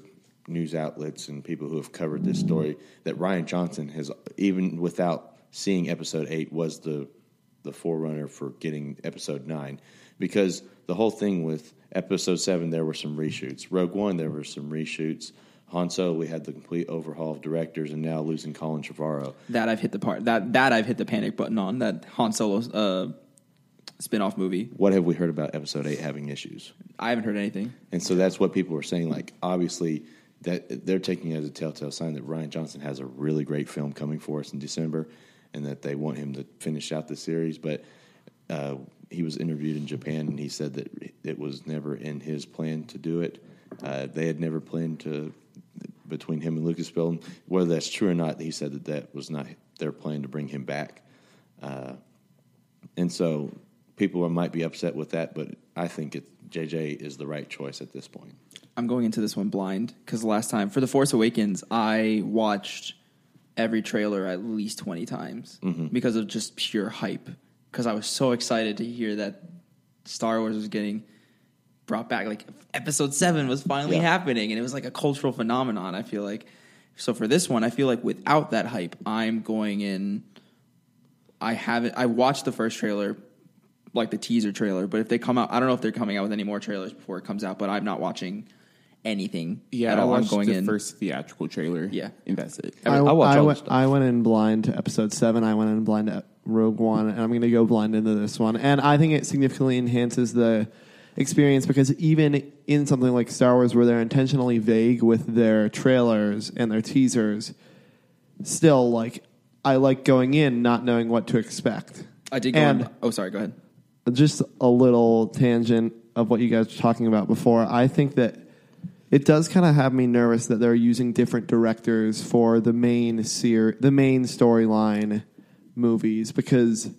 C: news outlets and people who have covered this story, that Ryan Johnson has even without seeing episode eight was the the forerunner for getting episode nine because the whole thing with episode seven there were some reshoots. Rogue One there were some reshoots. Han Solo we had the complete overhaul of directors and now losing Colin Trevorrow.
B: That I've hit the part that that I've hit the panic button on that Han Solo uh, spin-off movie.
C: what have we heard about episode 8 having issues
B: I haven't heard anything.
C: and so that's what people were saying like obviously that they're taking it as a telltale sign that ryan johnson has a really great film coming for us in december and that they want him to finish out the series but uh, he was interviewed in japan and he said that it was never in his plan to do it uh, they had never planned to between him and lucasfilm whether that's true or not he said that that was not their plan to bring him back And so people might be upset with that, but I think it, JJ is the right choice at this point.
B: I'm going into this one blind because last time for The Force Awakens, I watched every trailer at least 20 times because of just pure hype. Because I was so excited to hear that Star Wars was getting brought back. Like Episode 7 was finally
C: Yeah.
B: happening, and it was like a cultural phenomenon, I feel like. So for this one, I feel like without that hype, I'm going in. I haven't. I watched the first trailer, like the teaser trailer. But if they come out, I don't know if they're coming out with any more trailers before it comes out. But I'm not watching anything.
A: Yeah,
B: at
A: I
B: all. I'm
A: watched
B: going
A: the
B: in.
A: first theatrical trailer.
B: Yeah.
A: and that's it.
C: I mean, I watch all
D: went,
C: this stuff.
D: I went in blind to episode seven. I went in blind to Rogue One, and I'm going to go blind into this one. And I think it significantly enhances the experience because even in something like Star Wars, where they're intentionally vague with their trailers and their teasers, still like I like going in not knowing what to expect.
B: I did go.
D: And-
B: in, oh, sorry. Go ahead.
D: just a little tangent of what you guys were talking about before. I think that it does kind of have me nervous that they're using different directors for the main ser- the main storyline movies because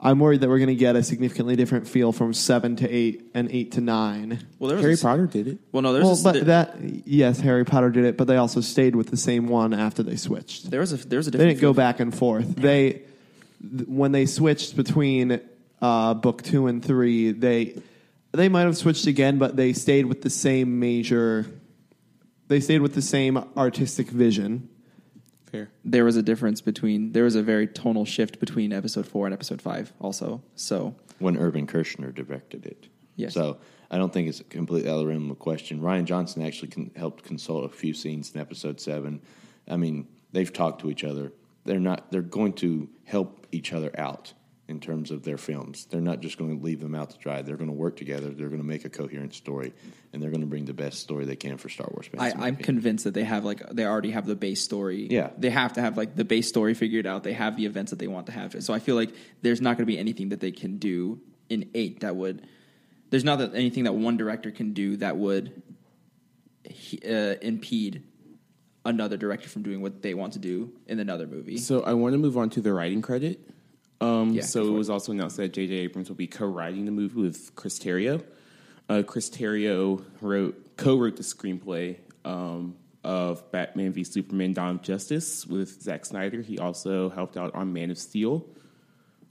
D: I'm worried that we're going to get a significantly different feel from seven to eight and eight to nine.
B: Well, there was
A: Harry
B: a s-
A: Potter did it.
B: Well, no, there's
D: Well,
B: a,
D: but
B: there,
D: that yes, Harry Potter did it, but they also stayed with the same one after they switched
B: there was a there was a
D: they
B: different
D: didn't go back and forth. They th- when they switched between uh, book two and three, they they might have switched again, but they stayed with the same major. They stayed with the same artistic vision.
A: Fair.
B: there was a difference between there was a very tonal shift between episode four and episode five. Also, so
C: When Urban Kirshner directed it.
B: Yes.
C: So I don't think it's completely out of the realm of question. Ryan Johnson actually con- helped consult a few scenes in episode seven. I mean, they've talked to each other. They're not. They're going to help each other out in terms of their films. They're not just going to leave them out to dry. They're going to work together. They're going to make a coherent story, and they're going to bring the best story they can for Star Wars fans.
B: I,
C: in my
B: I'm
C: opinion.
B: convinced that they have like they already have the base story.
C: Yeah.
B: they have to have like the base story figured out. They have the events that they want to have. So I feel like there's not going to be anything that they can do in eight that would. There's not that anything that one director can do that would he- uh, impede another director from doing what they want to do in another movie.
A: So I want to move on to the writing credit. Um,
B: Yeah,
A: so
B: go
A: it
B: for
A: was also announced that J.J. Abrams will be co-writing the movie with Chris Terrio. Uh, Chris Terrio wrote co-wrote the screenplay um, of Batman v Superman: Dawn of Justice with Zack Snyder. He also helped out on Man of Steel.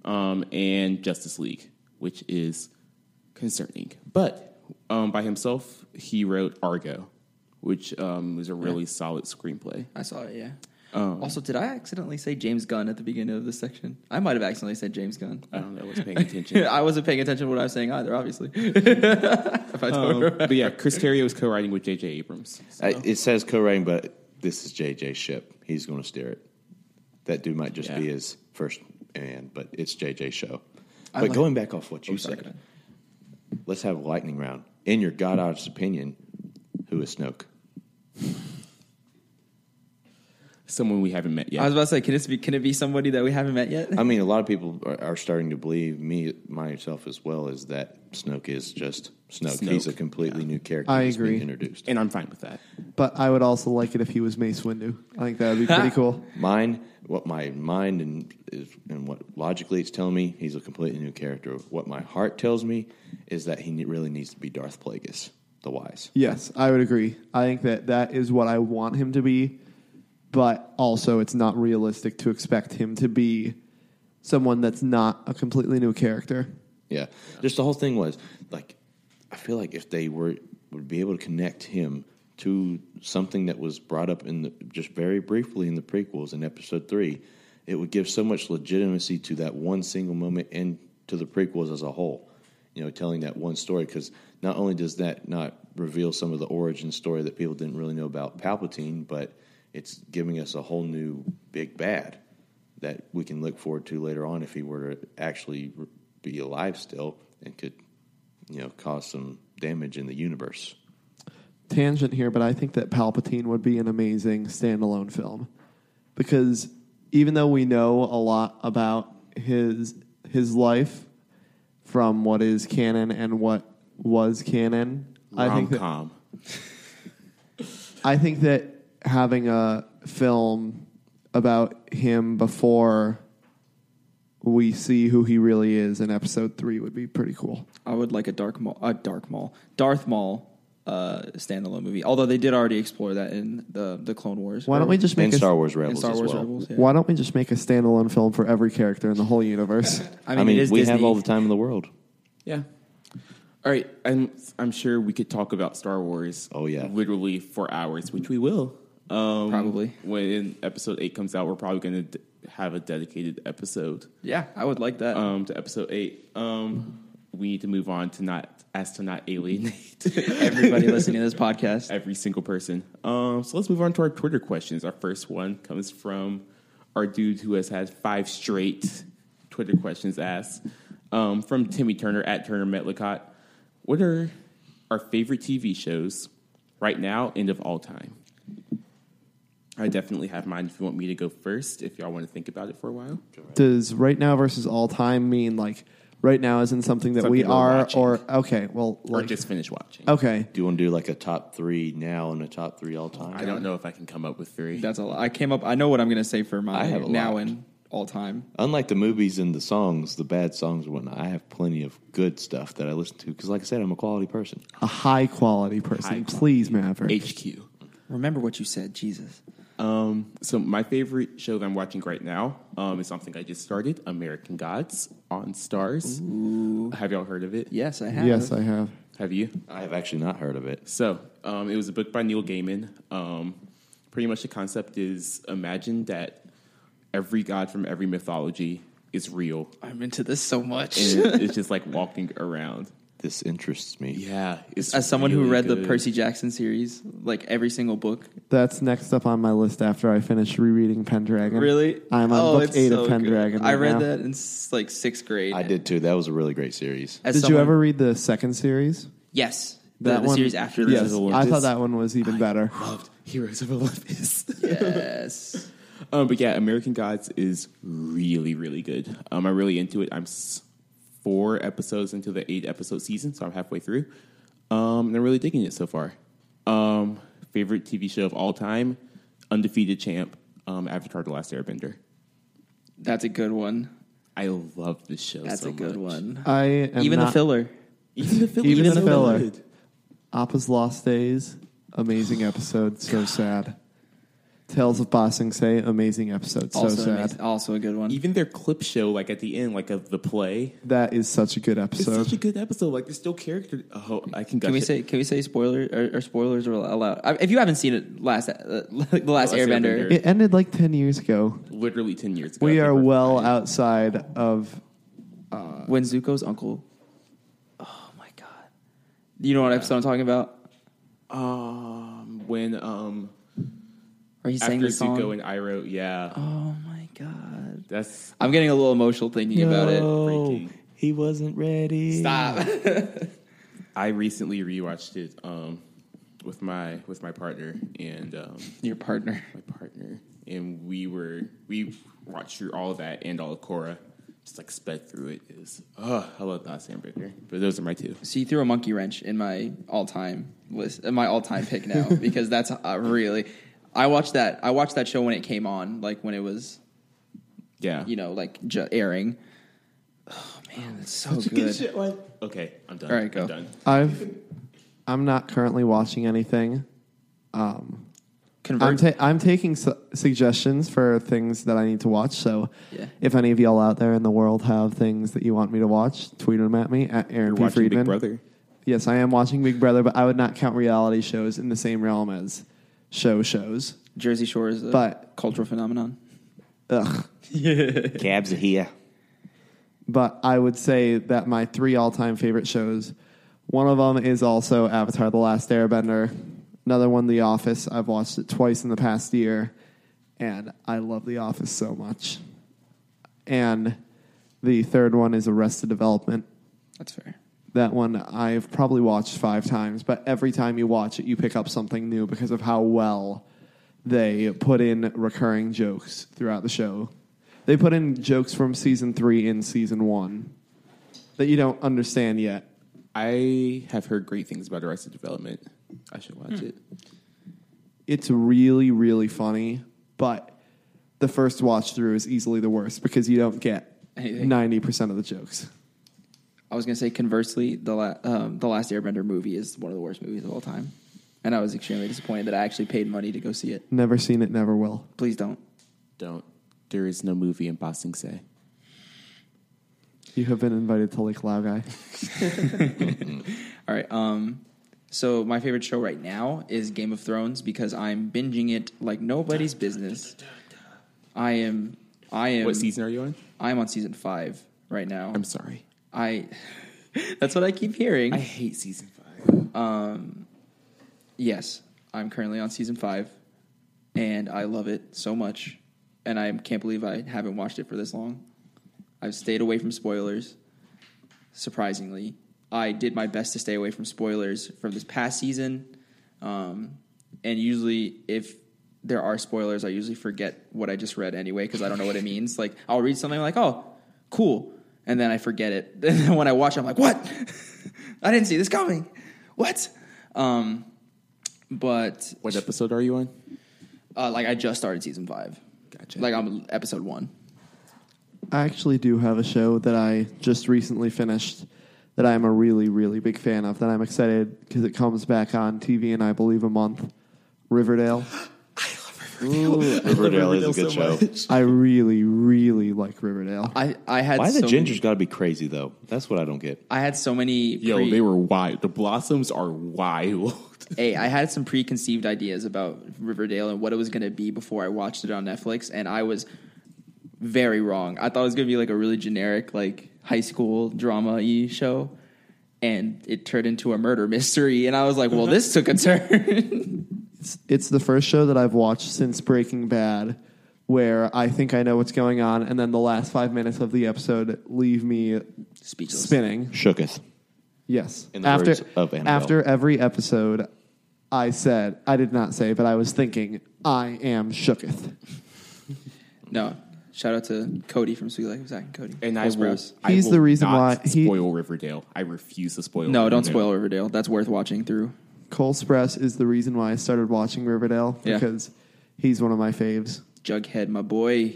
A: um, and Justice League, which is concerning. But um, by himself, he wrote Argo, which um, was a really solid screenplay.
B: I saw it, yeah.
A: Um,
B: also, did I accidentally say James Gunn at the beginning of this section? I might have accidentally said James Gunn.
A: I don't know what's paying attention.
B: I wasn't paying attention to what I was saying either, obviously. if I don't
A: Um, but yeah, Chris Terrio was co-writing with J.J. Abrams.
C: I, Uh, it says co-writing, but this is JJ ship. He's going to steer it. That dude might just
A: Yeah.
C: be his first man, but it's JJ show.
B: I
C: but
B: like-
C: going back off what you
B: sorry, go
C: said, let's have a lightning round. In your god honest opinion, who is Snoke?
A: Someone we haven't met yet.
B: I was about to say, can this be can it be somebody that we haven't met yet?
C: I mean, a lot of people are, are starting to believe me, myself as well, is that Snoke is just Snoke.
A: Snoke,
C: He's a completely new character.
D: I
C: that's being
D: agree.
C: Introduced.
A: and I'm fine with that.
D: But I would also like it if he was Mace Windu. I think that would be pretty cool.
C: Mine, what my mind and is, and what logically it's telling me, he's a completely new character. What my heart tells me is that he ne- really needs to be Darth Plagueis, the Wise.
D: Yes, I would agree. I think that that is what I want him to be, but also it's not realistic to expect him to be someone that's not a completely new character.
C: Yeah. Just the whole thing was like, I feel like if they were would be able to connect him to something that was brought up in the, just very briefly in the prequels in Episode Three, it would give so much legitimacy to that one single moment and to the prequels as a whole. You know, telling that one story because not only does that not reveal some of the origin story that people didn't really know about Palpatine, but it's giving us a whole new big bad that we can look forward to later on if he were to actually r- be alive still and could, you know, cause some damage in the universe.
D: Tangent here, but I think that Palpatine would be an amazing standalone film because even though we know a lot about his his life from what is canon and what was canon, I think that
A: Rom-com.
D: I think that having a film about him before we see who he really is in episode three would be pretty cool.
B: I would like a dark mall, a dark mall, Darth Maul uh, standalone movie. Although they did already explore that in the the Clone Wars.
D: Why don't we just make
C: And
D: a
C: Star Wars
B: in
C: Rebels
B: Star
C: as
B: Wars
C: well.
B: Rebels? yeah.
D: Why don't we just make a standalone film for every character in the whole universe?
B: I mean, it is
C: we have
B: Disney.
C: all the time in the world.
A: Yeah. All right, I'm I'm sure we could talk about Star Wars.
C: Oh, yeah.
A: literally for hours, which we will. Um,
B: Probably.
A: when Episode Eight comes out, we're probably going to have a dedicated episode
B: Yeah, I would like that.
A: um, to Episode Eight. Um, we need to move on to not as to not alienate
B: Everybody listening to this podcast,
A: every single person. Um, so let's move on to our Twitter questions. Our first one comes from our dude who has had five straight Twitter questions asked um, from Timmy Turner at Turner Metlicott. What are our favorite TV shows right now and of all time? I definitely have mine if you want me to go first, if y'all want to think about it for a while.
D: Does right now versus all time mean like right now isn't something that we
A: Something we're
D: are
A: watching.
D: or okay, well
A: Or
D: like Oh,
A: just finish watching.
D: okay.
C: Do you want to do like a top three now and a top three all time?
A: I don't know if I can come up with three.
B: that's a lot. I came up. I know what I'm going to say for my
C: I have a
B: now
C: lot.
B: and all time.
C: Unlike the movies and the songs, the bad songs and whatnot, I have plenty of good stuff that I listen to because, like I said, I'm a quality person.
D: A high quality person.
A: High
D: Please, Maverick.
A: HQ.
B: Remember what you said, Jesus.
A: Um, so my favorite show that I'm watching right now um, is something I just started, American Gods on Stars. Have y'all heard of it?
B: Yes, I have.
D: yes, I have.
A: Have you?
C: I have actually not heard of it.
A: So um, it was a book by Neil Gaiman. Um, pretty much the concept is imagine that every god from every mythology is real,
B: I'm into this so much.
A: and it's just like walking around.
C: This interests me.
A: Yeah, it's
B: As someone who
A: really
B: read
A: good.
B: the Percy Jackson series, like every single book,
D: That's next up on my list after I finish rereading Pendragon.
B: really,
D: I'm on
B: Oh,
D: book
B: it's
D: eight
B: so
D: of
B: good.
D: Pendragon.
B: I
D: right
B: read
D: now.
B: that in s- like sixth grade.
C: I did too. That was a really great series.
B: As
D: Did you
B: someone-
D: ever read the second series?
B: Yes, the,
D: That
B: the
D: one-
B: series after
A: Heroes
D: Yes,
A: of
B: this.
D: I
A: Olympus.
D: thought that one was even better.
A: loved Heroes of Olympus.
B: Yes.
A: Um, but yeah, American Gods is really, really good. Um, I'm really into it. I'm s- four episodes into the eight episode season, so I'm halfway through. Um, and I'm really digging it so far. Um, favorite TV show of all time, undefeated champ, um, Avatar: The Last Airbender.
B: That's a good one.
A: I love this show.
B: That's
A: so
B: a good
A: much.
B: one.
D: I am
B: Even the
D: not-
B: filler.
A: Even the filler.
D: Even
A: is
D: the
A: so
D: filler.
A: good.
D: Appa's Lost Days, amazing episode. So sad. Tales of Bossing Say, amazing episode. So
B: also,
D: sad.
B: amazing- also a good one.
A: Even their clip show, like at the end, like of the play,
D: That is such a good
A: it's
D: episode.
A: such a good episode. Like there's still character. Oh, I can.
B: Can we say can we say spoiler or, or spoilers are allowed? I, if you haven't seen it last uh, the last
A: Last
B: Airbender,
A: Airbender.
D: it ended like 10 years ago.
A: literally ten years ago?
D: We
A: I
D: are
A: think we're-
D: well outside of.
B: when Zuko's uncle, oh my god, you know what episode I'm talking about?
A: Um, when um
B: Or he sang
A: after
B: the song.
A: Zuko and Iroh, yeah,
B: oh my god,
A: that's
B: I'm getting a little emotional thinking about it.
A: freaking.
C: He wasn't ready.
B: Stop.
A: I recently rewatched it um with my with my partner and um
B: Your partner.
A: my partner and we were we watched through all of that and all of Korra. Just like sped through it is oh I love that Sandbreaker. But those are my two.
B: So you threw a monkey wrench in my all time list, in my all time pick now because that's uh, really. I watched that. I watched that show when it came on, like when it was,
A: Yeah.
B: you know, like j- airing. Oh man, that's so
A: Such a
B: good.
A: shit, like- okay, I'm done.
B: All right, go.
A: I'm done.
D: I've. I'm not currently watching anything. Um,
B: Convert.
D: I'm, ta- I'm taking su- suggestions for things that I need to watch. So,
B: Yeah.
D: if any of y'all out there in the world have things that you want me to watch, tweet them at me at Aaron
A: You're
D: P.
A: watching
D: Friedman.
A: Big Brother.
D: Yes, I am watching Big Brother, but I would not count reality shows in the same realm as show shows.
B: Jersey Shore is a
D: But-
B: cultural phenomenon.
D: Ugh.
C: Cabs are here.
D: But I would say that my three all-time favorite shows. One of them is also Avatar: The Last Airbender. Another one, The Office. I've watched it twice in the past year, and I love The Office so much. And the third one is Arrested Development.
B: That's fair.
D: That one I've probably watched five times, but every time you watch it, you pick up something new because of how well they put in recurring jokes throughout the show. They put in jokes from season three and season one that you don't understand yet.
A: I have heard great things about Arrested Development. I should
B: Hmm.
A: watch it.
D: It's really, really funny, but the first watch through is easily the worst because you don't get
B: Anything.
D: 90% of the jokes.
B: I was gonna say conversely, the la- um, the last Airbender movie is one of the worst movies of all time, and I was extremely disappointed that I actually paid money to go see it.
D: Never seen it, never will.
B: Please don't.
A: Don't. There is no movie in Bossing Say.
D: You have been invited to Lake Laogai.
B: All right. Um, so my favorite show right now is Game of Thrones because I'm binging it like nobody's business. I am. I am.
A: What season are you on?
B: I'm on season five right now.
A: I'm sorry.
B: I. that's what I keep hearing.
A: I hate season five.
B: Yes, I'm currently on season five, and I love it so much, and I can't believe I haven't watched it for this long. I've stayed away from spoilers. Surprisingly, I did my best to stay away from spoilers from this past season, um, and usually if there are spoilers, I usually forget what I just read anyway because I don't know what it means. Like I'll read something like, "Oh, cool," and then I forget it. And then when I watch, it, I'm like, "What? I didn't see this coming. What?" Um, but
A: What episode are you on?
B: uh, like I just started season five.
A: Gotcha.
B: Like I'm episode one.
D: I actually do have a show that I just recently finished that I'm a really, really big fan of that I'm excited because it comes back on TV in, I believe, a month. Riverdale.
C: Riverdale is a good show.
D: I really, really like Riverdale.
B: I I had
C: Why the
B: so
C: gingers
B: Many,
C: got to be crazy though? That's what I don't get.
B: I had so many.
A: Yo,
B: pre-
A: they were wild. The blossoms are wild.
B: Hey, I had some preconceived ideas about Riverdale and what it was going to be before I watched it on Netflix, and I was very wrong. I thought it was going to be like a really generic, like high school drama y show, and it turned into a murder mystery. And I was like, well, this took a turn.
D: It's, it's the first show that I've watched since Breaking Bad where I think I know what's going on, and then the last five minutes of the episode leave me
B: Speechless.
D: spinning.
C: Shooketh.
D: Yes.
C: In the
D: after
C: words of Annabelle.
D: after every episode, I said I did not say, but I was thinking I am shooketh.
B: No, shout out to Cody from Sweet Life, Zach and Cody.
A: And I
B: Close
A: will,
B: Bros.
A: I
D: He's
A: will
D: the reason
A: not
D: why he-
A: spoil Riverdale. I refuse to spoil.
B: No, don't
A: Riverdale.
B: spoil Riverdale. That's worth watching through.
D: Cole Sprouse is the reason why I started watching Riverdale
B: Yeah.
D: because he's one of my faves.
B: Jughead, my boy.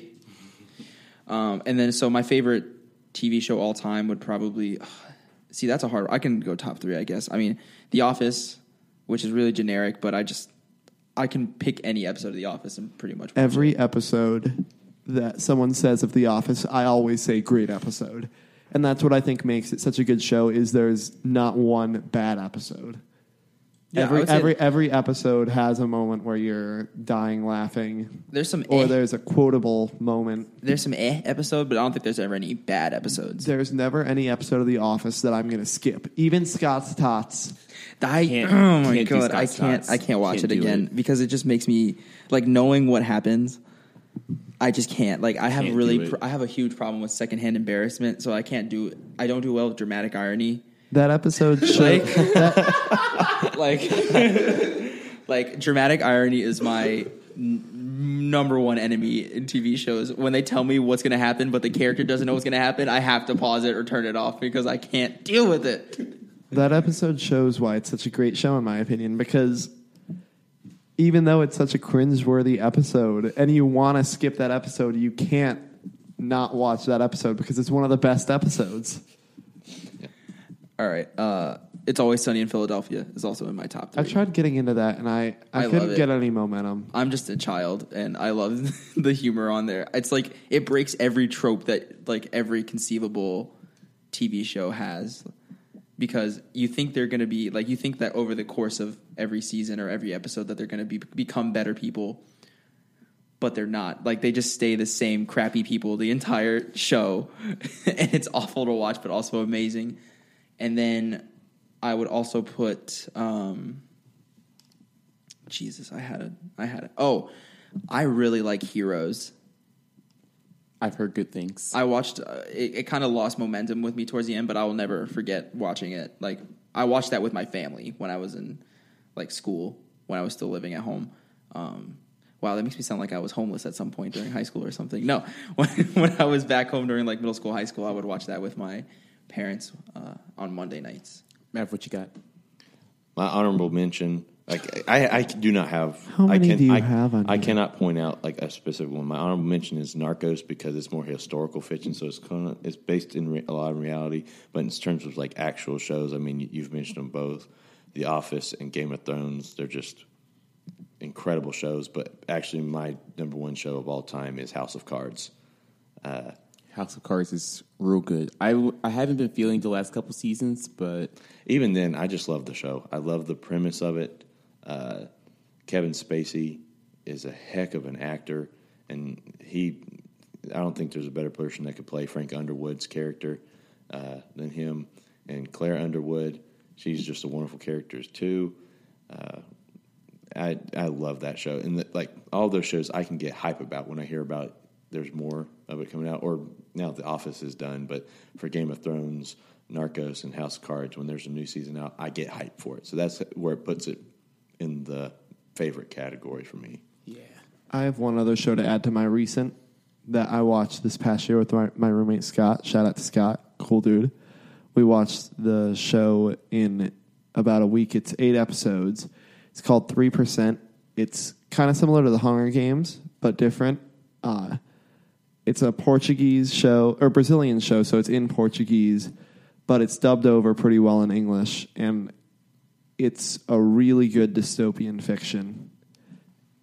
B: Um, and then, so my favorite TV show all time would probably see that's a hard. I can go top three, I guess. I mean, The Office, which is really generic, but I just I can pick any episode of The Office and pretty much watch
D: Every episode that someone says of The Office, I always say great episode. And that's what I think makes it such a good show is there's not one bad episode.
B: Yeah, I
D: every
B: would say-
D: every every episode has a moment where you're dying laughing
B: There's some
D: or
B: eh.
D: there's a quotable moment.
B: There's some eh episode, but I don't think there's ever any bad episodes.
D: There's never any episode of The Office that I'm going to skip. Even Scott's Tots.
B: I
A: Can't-
B: oh my
A: can't do
B: god, I
A: Scott's
B: can't
A: Tots.
B: I can't watch
A: Can't
B: it
A: do
B: again because it just makes me like knowing what happens. I just can't. Like I have
A: Can't do
B: really
A: it.
B: pr- I have a huge problem with secondhand embarrassment, so I can't do I don't do well with dramatic irony.
D: That episode
B: Like
D: should
B: like like dramatic irony is my n- number one enemy in TV shows. When they tell me what's going to happen but the character doesn't know what's going to happen, I have to pause it or turn it off because I can't deal with it.
D: That episode shows why it's such a great show, in my opinion, because even though it's such a cringeworthy episode and you want to skip that episode, you can't not watch that episode because it's one of the best episodes.
B: All right. Uh, it's always sunny in Philadelphia is also in my top
D: I
B: three.
D: tried getting into that and I,
B: I
D: I,
B: love
D: couldn't
B: it.
D: get any momentum.
B: I'm just a child, and I love the humor on there. It's like it breaks every trope that like every conceivable TV show has, because you think they're gonna be like you think that over the course of every season or every episode that they're gonna be become better people, but they're not. Like they just stay the same crappy people the entire show, and it's awful to watch, but also amazing. And then I would also put. Um, Jesus, I had a, I had a, oh, I really like Heroes.
A: I've heard good things.
B: I watched, uh, it, it kind of lost momentum with me towards the end, but I will never forget watching it. Like, I watched that with my family when I was in, like, school, when I was still living at home. Um, wow, that makes me sound like I was homeless at some point during high school or something. No, when, when I was back home during, like, middle school, high school, I would watch that with my parents uh, on Monday nights.
A: Matt, what you got?
C: My honorable mention, like I, I do not have.
D: How many
C: I can,
D: do you
C: I,
D: have on
C: I
D: here?
C: cannot point out like a specific one. My honorable mention is Narcos because it's more historical fiction, so it's kind of, it's based in re- a lot of reality. But in terms of like actual shows, I mean, you- you've mentioned them both, The Office and Game of Thrones. They're just incredible shows. But actually, my number one show of all time is House of Cards.
A: House of Cards is real good. I, w- I haven't been feeling the last couple seasons, but
C: even then, I just love the show. I love the premise of it. Uh, Kevin Spacey is a heck of an actor, and he. I don't think there's a better person that could play Frank Underwood's character uh, than him. And Claire Underwood, she's just a wonderful character too. I I love that show, and the, like all those shows, I can get hype about when I hear about there's more of it coming out. Or now The Office is done, but for Game of Thrones, Narcos, and House of Cards, when there's a new season out, I get hype for it. So that's where it puts it in the favorite category for me.
A: yeah.
D: I have one other show to add to my recent that I watched this past year with my, my roommate Scott. Shout out to Scott, cool dude. We watched the show in about a week. It's eight episodes. It's called Three Percent. It's kind of similar to the Hunger Games, but different. Uh, it's a Portuguese show or Brazilian show, so it's in Portuguese, but it's dubbed over pretty well in English, and it's a really good dystopian fiction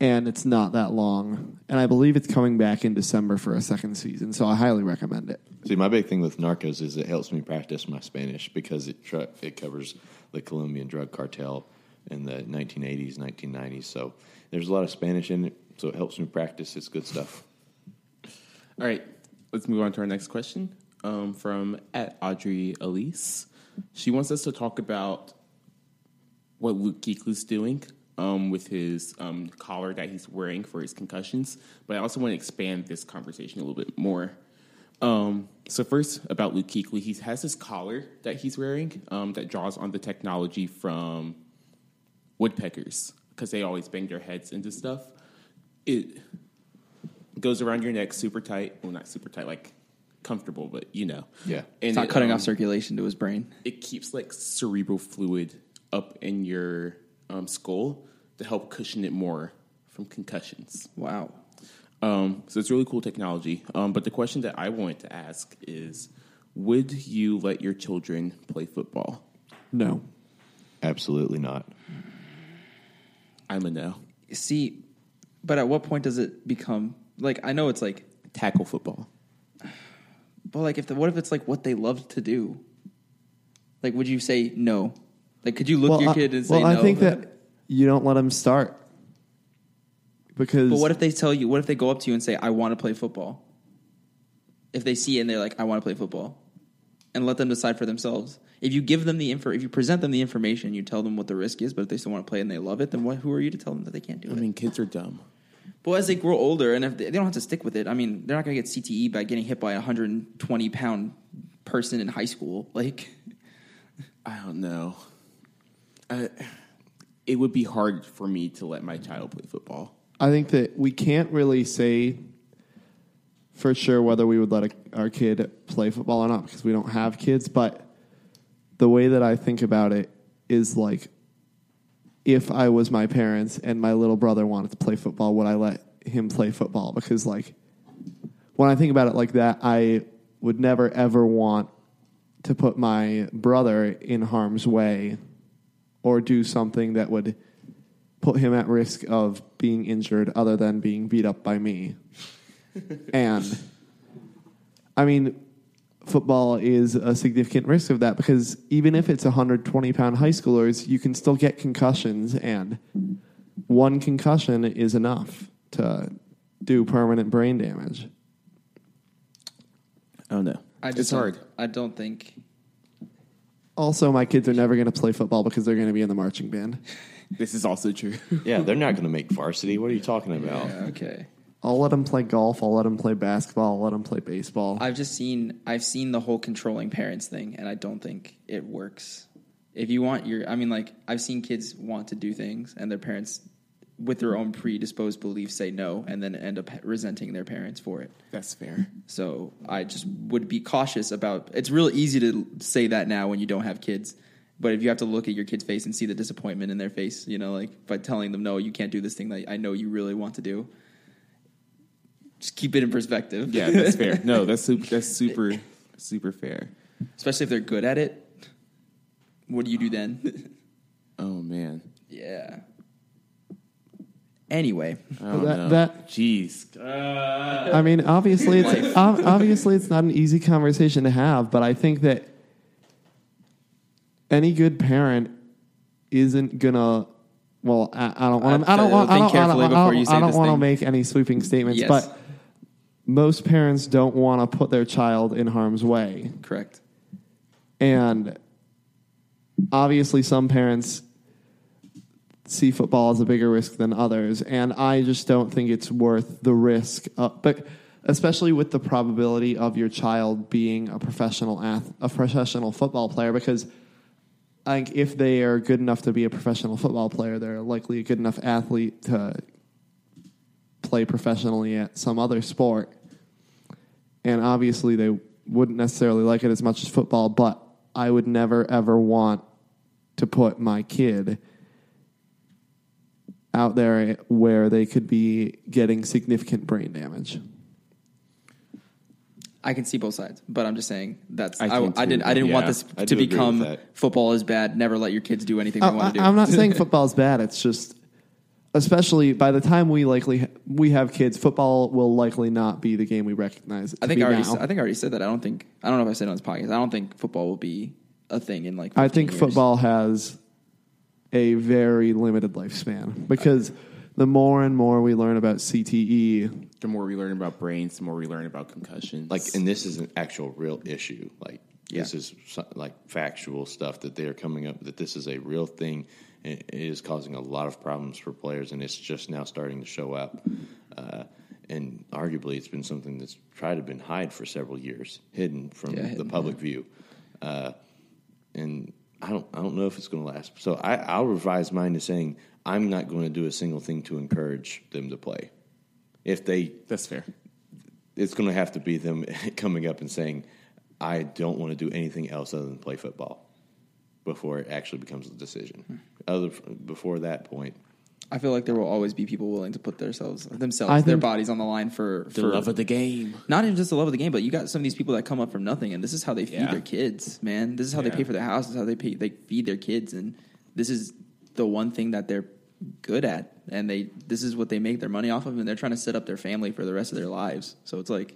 D: and it's not that long. And I believe it's coming back in December for a second season, so I highly recommend it.
C: See, my big thing with Narcos is it helps me practice my Spanish because it tr- it covers the Colombian drug cartel in the 1980s, 1990s. So there's a lot of Spanish in it, so it helps me practice. It's good stuff.
A: All right, let's move on to our next question um, from at Audrey Elise. She wants us to talk about what Luke Kuechly's doing um, with his um, collar that he's wearing for his concussions, but I also want to expand this conversation a little bit more. Um, so first, about Luke Kuechly, he has this collar that he's wearing um, that draws on the technology from woodpeckers because they always bang their heads into stuff. It goes around your neck super tight. Well, not super tight, like comfortable, but you know.
C: Yeah.
A: And
B: It's not
A: it,
B: cutting
A: um,
B: off circulation to his brain.
A: it keeps like cerebral fluid up in your um, skull to help cushion it more from concussions.
B: Wow.
A: Um, so it's really cool technology. Um, but the question that I wanted to ask is would you let your children play football?
D: No.
C: Absolutely not.
A: I'm a no.
B: see, but at what point does it become like? I know it's like,
A: Tackle football.
B: but like if the, what if it's like what they loved to do? Like, would you say no? Like, could you look your
D: I-
B: kid and
D: well,
B: say
D: I
B: no?
D: think that you don't let them start because
B: But what if they tell you? What if they go up to you and say, "I want to play football"? If they see it and they're like, "I want to play football," and let them decide for themselves. If you give them the info, if you present them the information, you tell them what the risk is. But if they still want to play and they love it, then what, who are you to tell them that they can't do
A: I
B: it?
A: mean, kids are dumb.
B: But as they grow older, and if they, they don't have to stick with it, I mean, they're not going to get CTE by getting hit by a 120 pound person in high school. Like,
A: I don't know. I, it would be hard for me to let my child play football.
D: I think that we can't really say for sure whether we would let a, our kid play football or not because we don't have kids. But the way that I think about it is like if I was my parents and my little brother wanted to play football, would I let him play football? Because, like, when I think about it like that, I would never ever want to put my brother in harm's way or do something that would put him at risk of being injured other than being beat up by me. and I mean, football is a significant risk of that because even if it's 120 pound high schoolers, you can still get concussions, and one concussion is enough to do permanent brain damage.
A: I don't know.
B: I just
A: Oh, it's
B: don't-
A: hard.
B: I don't think.
D: Also, my kids are never going to play football because they're going to be in the marching band.
A: This is also true.
C: Yeah, they're not going to make varsity. What are you talking about?
B: Okay.
D: I'll let them play golf. I'll let them play basketball. I'll let them play baseball.
B: I've just seen I've seen the whole controlling parents thing, and I don't think it works. If you want your, I mean, like I've seen kids want to do things, and their parents, with their own predisposed beliefs, say no, and then end up resenting their parents for it.
A: That's fair.
B: So I just would be cautious about. It's real easy to say that now when you don't have kids, but if you have to look at your kid's face and see the disappointment in their face, you know, like by telling them no, you can't do this thing that I know you really want to do. Just keep it in perspective.
A: Yeah, that's fair. No, that's super, that's super super fair.
B: especially if they're good at it. What do you do then?
A: Oh man.
B: yeah. Anyway,
A: I don't
D: That-
A: know.
D: that-
A: jeez.
D: I mean, obviously, it's ob- obviously it's not an easy conversation to have, but I think that any good parent isn't gonna. Well, I, I don't want.
B: I-
D: I don't want. I
B: think
D: don't, I
B: carefully
D: don't,
B: before you say
D: I don't
B: this
D: want to
B: thing.
D: make any sweeping statements,
B: Yes.
D: but most parents don't want to put their child in harm's way.
B: correct.
D: And obviously, some parents see football as a bigger risk than others. And I just don't think it's worth the risk. Of, but especially with the probability of your child being a professional ath- a professional football player, because like if they are good enough to be a professional football player, they're likely a good enough athlete to play professionally at some other sport. And obviously, they wouldn't necessarily like it as much as football, but I would never ever want to put my kid out there where they could be getting significant brain damage.
B: I can see both sides, but I'm just saying that's I,
A: I
B: I,
A: can too,
B: didn't I didn't
A: yeah.
B: want this
C: I
B: to
C: do agree with
B: become
C: that.
B: football is bad. Never let your kids do anything they
D: I,
B: want to do.
D: am not saying football's bad. It's just, especially by the time we likely we have kids, football will likely not be the game we recognize. It to
B: I think
D: be
B: I already
D: now.
B: I think I already said that. I don't think I don't know if I said it on this podcast. I don't think football will be a thing in like.
D: I
B: 15
D: think
B: years.
D: football has a very limited lifespan because the more and more we learn about E, CTE,
A: The more we learn about brains, the more we learn about concussions.
C: Like, and this is an actual real issue. Like, this
B: Yeah.
C: is so- like factual stuff that they are coming up. That this is a real thing. and It is causing a lot of problems for players, and it's just now starting to show up. Uh, and arguably, it's been something that's tried to been hide for several years, hidden from
B: Yeah,
C: the
B: hidden,
C: public view. Uh, and I don't, I don't know if it's going to last. So I, I'll revise mine to saying I'm not going to do a single thing to encourage them to play. If they
A: that's fair.
C: it's going to have to be them coming up and saying, "I don't want to do anything else other than play football," before it actually becomes a
B: Hmm.
C: decision. Other before that point,
B: I feel like there will always be people willing to put themselves themselves
D: I
B: their
D: think-
B: bodies on the line for
A: The
B: for
A: love of the game.
B: not even just the love of the game, but you got some of these people that come up from nothing, and this is how they feed
A: Yeah.
B: their kids, man. This is how they
A: Yeah.
B: pay for their house. This is how they pay they feed their kids, and this is the one thing that their good at, and they this is what they make their money off of, and they're trying to set up their family for the rest of their lives. So it's like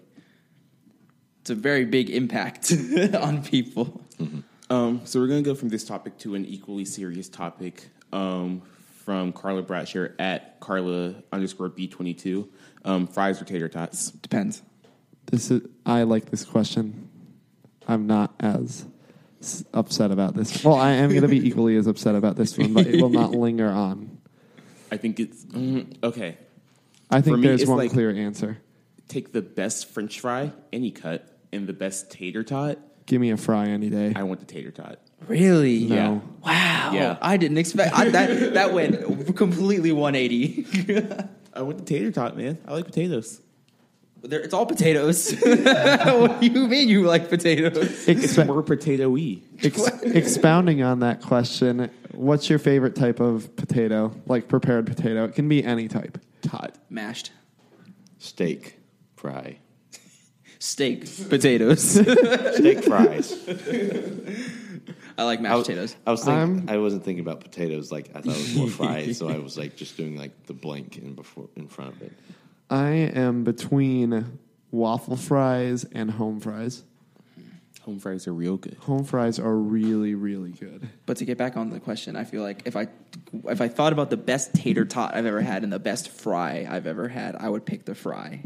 B: it's a very big impact on people.
A: Um, so we're going to go from this topic to an equally serious topic um, from Carla Bradshaw at Carla underscore B22. Um, fries or tater tots?
B: Depends.
D: This is I like this question. I'm not as s- upset about this. Well, I am going to be equally as upset about this one, but it will not linger on.
A: I think it's mm, okay.
D: I think
A: For me,
D: there's
A: it's
D: one
A: like-
D: clear answer.
A: Take the best French fry, any cut, and the best tater tot.
D: Give me a fry any day.
A: I want the tater tot.
B: Really?
D: no.
A: yeah.
B: Wow.
A: Yeah.
B: I didn't expect I, that. That went completely 180.
A: I want the tater tot, man. I like potatoes.
B: There- it's all potatoes. what do you mean you like potatoes?
A: It's
D: Expe-
A: more potatoey.
D: ex- expounding on that question, what's your favorite type of potato? Like prepared potato. It can be any type.
A: Tot.
B: Mashed
C: Steak fry.
B: steak potatoes.
C: Steak fries.
B: I like mashed
C: I was-
B: potatoes.
C: I was thinking,
D: I'm-
C: I wasn't thinking about potatoes. Like I thought it was more fries, so I was like just doing like the blank in before in front of it.
D: I am between waffle fries and home fries.
A: Home fries are real good.
D: Home fries are really, really good.
B: But to get back on the question, I feel like if I if I thought about the best tater tot I've ever had and the best fry I've ever had, I would pick the fry.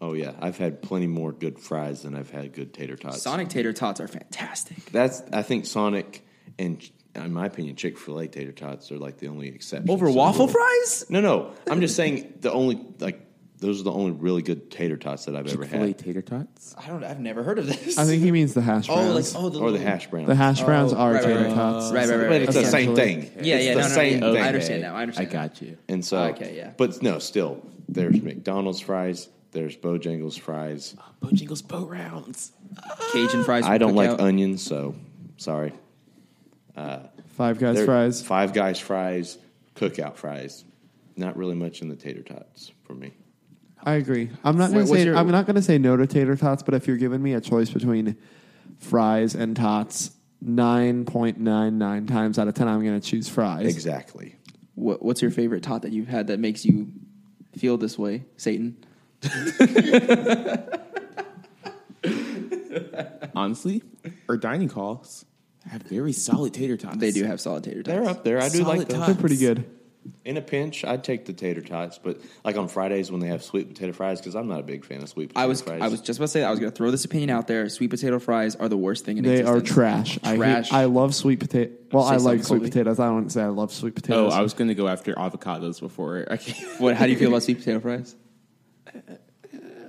C: Oh yeah, I've had plenty more good fries than I've had good tater tots.
B: Sonic tater tots are fantastic.
C: That's I think Sonic and in my opinion Chick Fil A tater tots are like the only exception
B: Over
C: So-
B: waffle fries?
C: No, no. I'm just saying the only like those are the only really good tater tots that I've ever
A: Chick-fil-A
C: had,
A: tater tots?
B: I don't. I've never heard of this.
D: I think he means the hash
B: Oh,
D: browns.
B: like oh, the
C: or the
B: little-
C: hash browns.
D: the hash browns
B: Oh,
D: are
B: right, right,
D: tater
B: right.
D: tots.
B: Right, right, right.
C: but it's the
B: Essentially.
C: same thing.
B: Yeah,
C: It's
B: yeah,
C: the
B: no, no,
C: same
B: yeah.
C: thing.
B: Oh, I understand now. I
A: I
B: understand.
A: got you.
C: And so,
B: Okay, yeah.
C: But no, still, there's McDonald's fries, there's Bojangles fries.
A: Bojangles boat rounds.
B: now. Cajun fries.
C: I don't like
B: cookout.
C: onions, so sorry.
D: Five Guys
C: There-
D: fries.
C: Five Guys fries, cookout fries. Not really much in the tater tots for me.
D: I agree. I'm
B: Wait,
D: not
B: what's
D: gonna say
B: your-
D: I'm not gonna say no to tater tots, but if you're giving me a choice between fries and tots, nine point nine nine times out of ten, I'm gonna choose fries.
C: Exactly.
B: What, what's your favorite tot that you've had that makes you feel this way, Satan?
A: Honestly, our dining halls have very solid tater tots.
B: They do have solid tater tots.
C: They're up there. I do
A: Solid
C: like them.
A: tot.
D: They're pretty good.
C: In a pinch, I'd take the tater tots, but like on Fridays when they have sweet potato fries, because I'm not a big fan of sweet potato
B: I was
C: fries.
B: I was just about to say that. I was going to throw this opinion out there. Sweet potato fries are the worst thing in
D: They are
B: existence.
D: trash. I,
B: Trash.
D: hate, I love sweet potato. Well,
B: Say
D: I like
B: something,
D: sweet
B: Colby.
D: potatoes. I wouldn't say I love sweet
A: Oh,
D: potatoes.
A: I was going to go after avocados before. I can't.
B: What? How do you feel about sweet potato fries?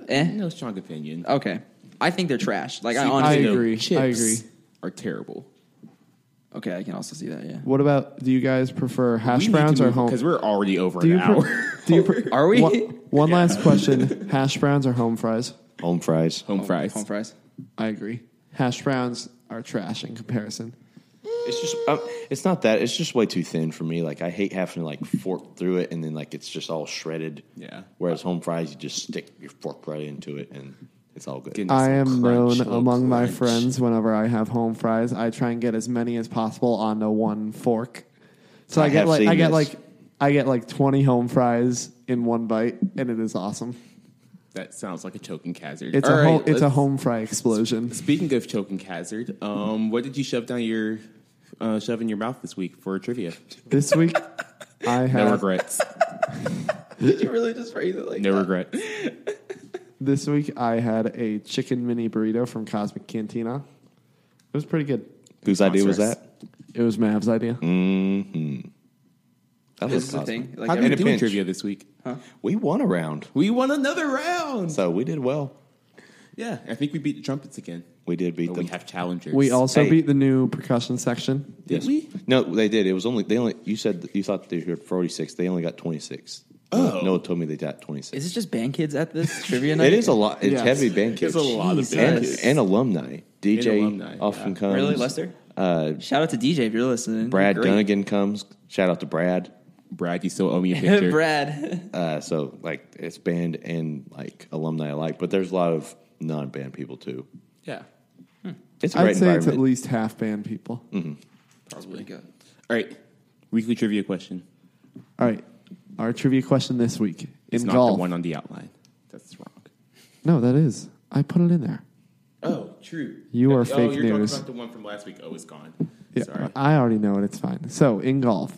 B: eh.
A: No strong opinion.
B: Okay. I think they're trash. Like I
A: Sweet
B: honestly.
A: potato
D: I agree. I
A: chips
D: agree.
A: Are terrible.
B: Okay, I can also see that. Yeah.
D: What about? Do you guys prefer hash browns or
A: Because
D: home?
A: we're already over an
D: Do you
A: hour.
D: pre- do you pre-
B: Are we?
D: One, one last question: hash browns or home fries?
C: home fries.
A: home fries.
B: Home fries.
D: I agree. Hash browns are trash in comparison.
C: It's just um, it's not that. It's just way too thin for me. Like I hate having to like fork through it, and then like it's just all shredded.
A: Yeah.
C: Whereas home fries, you just stick your fork right into it, and it's all good.
A: Goodness.
D: I
A: Some
D: am
A: crunch,
D: known
A: little
D: among my
A: crunch.
D: friends whenever I have home fries. I try and get as many as possible onto one fork. So I,
C: I
D: get
C: have
D: like
C: seen
D: I get
C: this.
D: like I get like twenty home fries in one bite, and it is awesome.
A: That sounds like a choking hazard.
D: It's
A: All
D: a
A: right,
D: home, it's a
A: let's-
D: home fry explosion.
A: Speaking of choking hazard, um, what did you shove down your uh, shove in your mouth this week for trivia?
D: This week I
A: No
D: have
A: regrets.
B: Did you really just phrase it like
A: No regrets.
D: this week I had a chicken mini burrito from Cosmic Cantina. It was pretty good.
C: Whose idea was
A: Monstrous.
C: that?
D: It was Mav's idea.
A: Mm.
C: That
B: This
C: was
B: is a thing.
C: awesome.
B: Like
A: How did we
B: every-
C: in a
A: do in
C: pinch.
A: trivia this week?
C: We won a round,
A: We won another round.
C: so we did well.
A: Yeah, I think we beat the trumpets again.
C: We did beat
A: But
C: them.
A: we have challengers.
D: We also
C: Hey.
D: beat the new percussion section.
A: did we?
C: no, they did. It was only they only. You said that you thought they heard forty six. They only got twenty six.
A: Oh.
C: Noah told me they got twenty six.
B: is it just band kids at this trivia night?
C: It is a lot. It's
D: Yes.
C: heavy band kids.
A: It's a lot of band
C: and,
A: kids.
C: and alumni. DJ
A: alumni,
C: often
A: yeah.
C: comes.
B: Really, Lester?
C: Uh,
B: Shout out to DJ if you're listening.
C: Brad
B: Great.
C: Dunnigan comes. Shout out to Brad.
A: Brad, you still owe me a picture.
B: Brad.
C: Uh, so like it's band and like alumni alike, but there's a lot of non-band people too.
A: Yeah,
C: It's a great
D: I'd say it's at
C: environment.
D: least half band
A: Mm.
D: people.
A: probably.
B: good.
A: All right, weekly trivia question.
D: All right. Our trivia question this week
A: It's
D: in
A: not
D: golf.
A: the one on the outline. That's wrong.
D: No, that is. I put it in there.
A: Oh, true.
D: You are
A: oh,
D: fake
A: you're
D: news.
A: Talking about the one from last week. Oh, it's gone.
D: Yeah,
A: Sorry.
D: I already know it. It's fine. So in golf,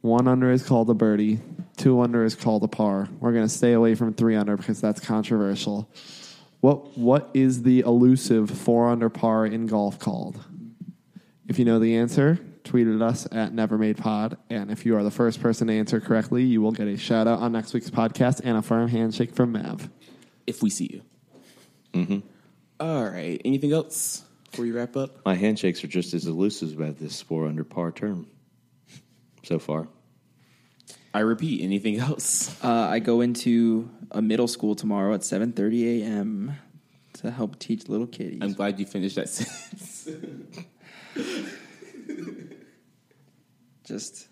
D: one under is called a birdie, two under is called a par. We're gonna stay away from three under because that's controversial. What what is the elusive four under par in golf called? If you know the answer, tweet at us at NeverMadePod. And if you are the first person to answer correctly, you will get a shout out on next week's podcast and a firm handshake from Mav.
A: If we see you. Mm-hmm. All right. Anything else before we wrap up?
C: My handshakes are just as elusive about this four under par term so far.
A: I repeat. Anything else?
B: Uh, I go into a middle school tomorrow at 7:30 a.m. to help teach little kitties.
A: I'm glad you finished that sentence.
B: Just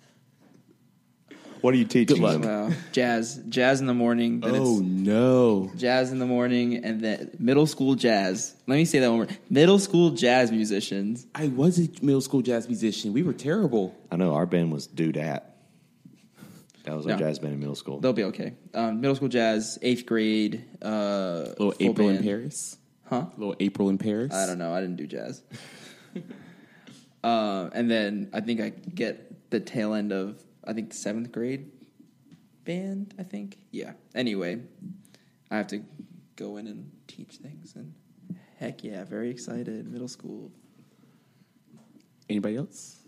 C: What are you teaching them?
B: wow, jazz, jazz in the morning. Then
A: Oh no.
B: it's jazz in the morning, and then middle school jazz. Let me say that one more. Middle school jazz musicians.
A: I was a middle school jazz musician. We were terrible.
C: I know our band was Dude At. That was our
B: No.
C: jazz band in middle school.
B: They'll be okay. Um, middle school jazz, eighth grade. Uh,
A: Little
B: full
A: April in
B: band.
A: Paris.
B: huh?
A: Little April in Paris.
B: I don't know. I didn't do jazz. uh, and then I think I get the tail end of I think the seventh grade band. I think yeah. Anyway, I have to go in and teach things, and heck yeah, very excited. Middle school.
A: Anybody else?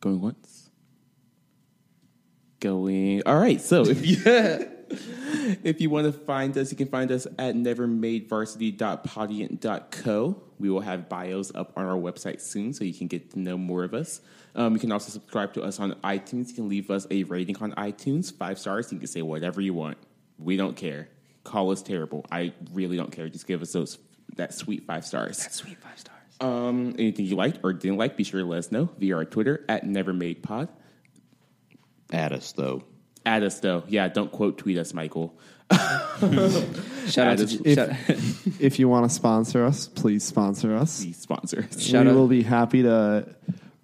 A: Going once? Going. All right. So if you if you want to find us, you can find us at nevermadevarsity.podiant.co. We will have bios up on our website soon, so you can get to know more of us. Um, you can also subscribe to us on iTunes. You can leave us a rating on iTunes, five stars. You can say whatever you want. We don't care. Call us terrible. I really don't care. Just give us those that sweet five stars.
B: Sweet five stars.
A: Um, anything you liked or didn't like, be sure to let us know via our Twitter at NeverMadePod.
C: At us, though.
A: Add us though. Yeah, don't quote tweet us, Michael.
B: Shout out to
A: Add
B: J- shout,
D: if you want to sponsor us, please sponsor us.
A: The sponsor.
B: Shout
D: we
B: out-
D: will be happy to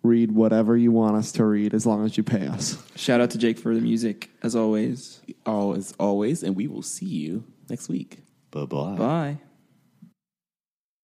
D: read whatever you want us to read as long as you pay us.
B: shout out to Jake for the music as always.
A: All as always, and we will see you next week.
C: Bye bye.
B: Bye.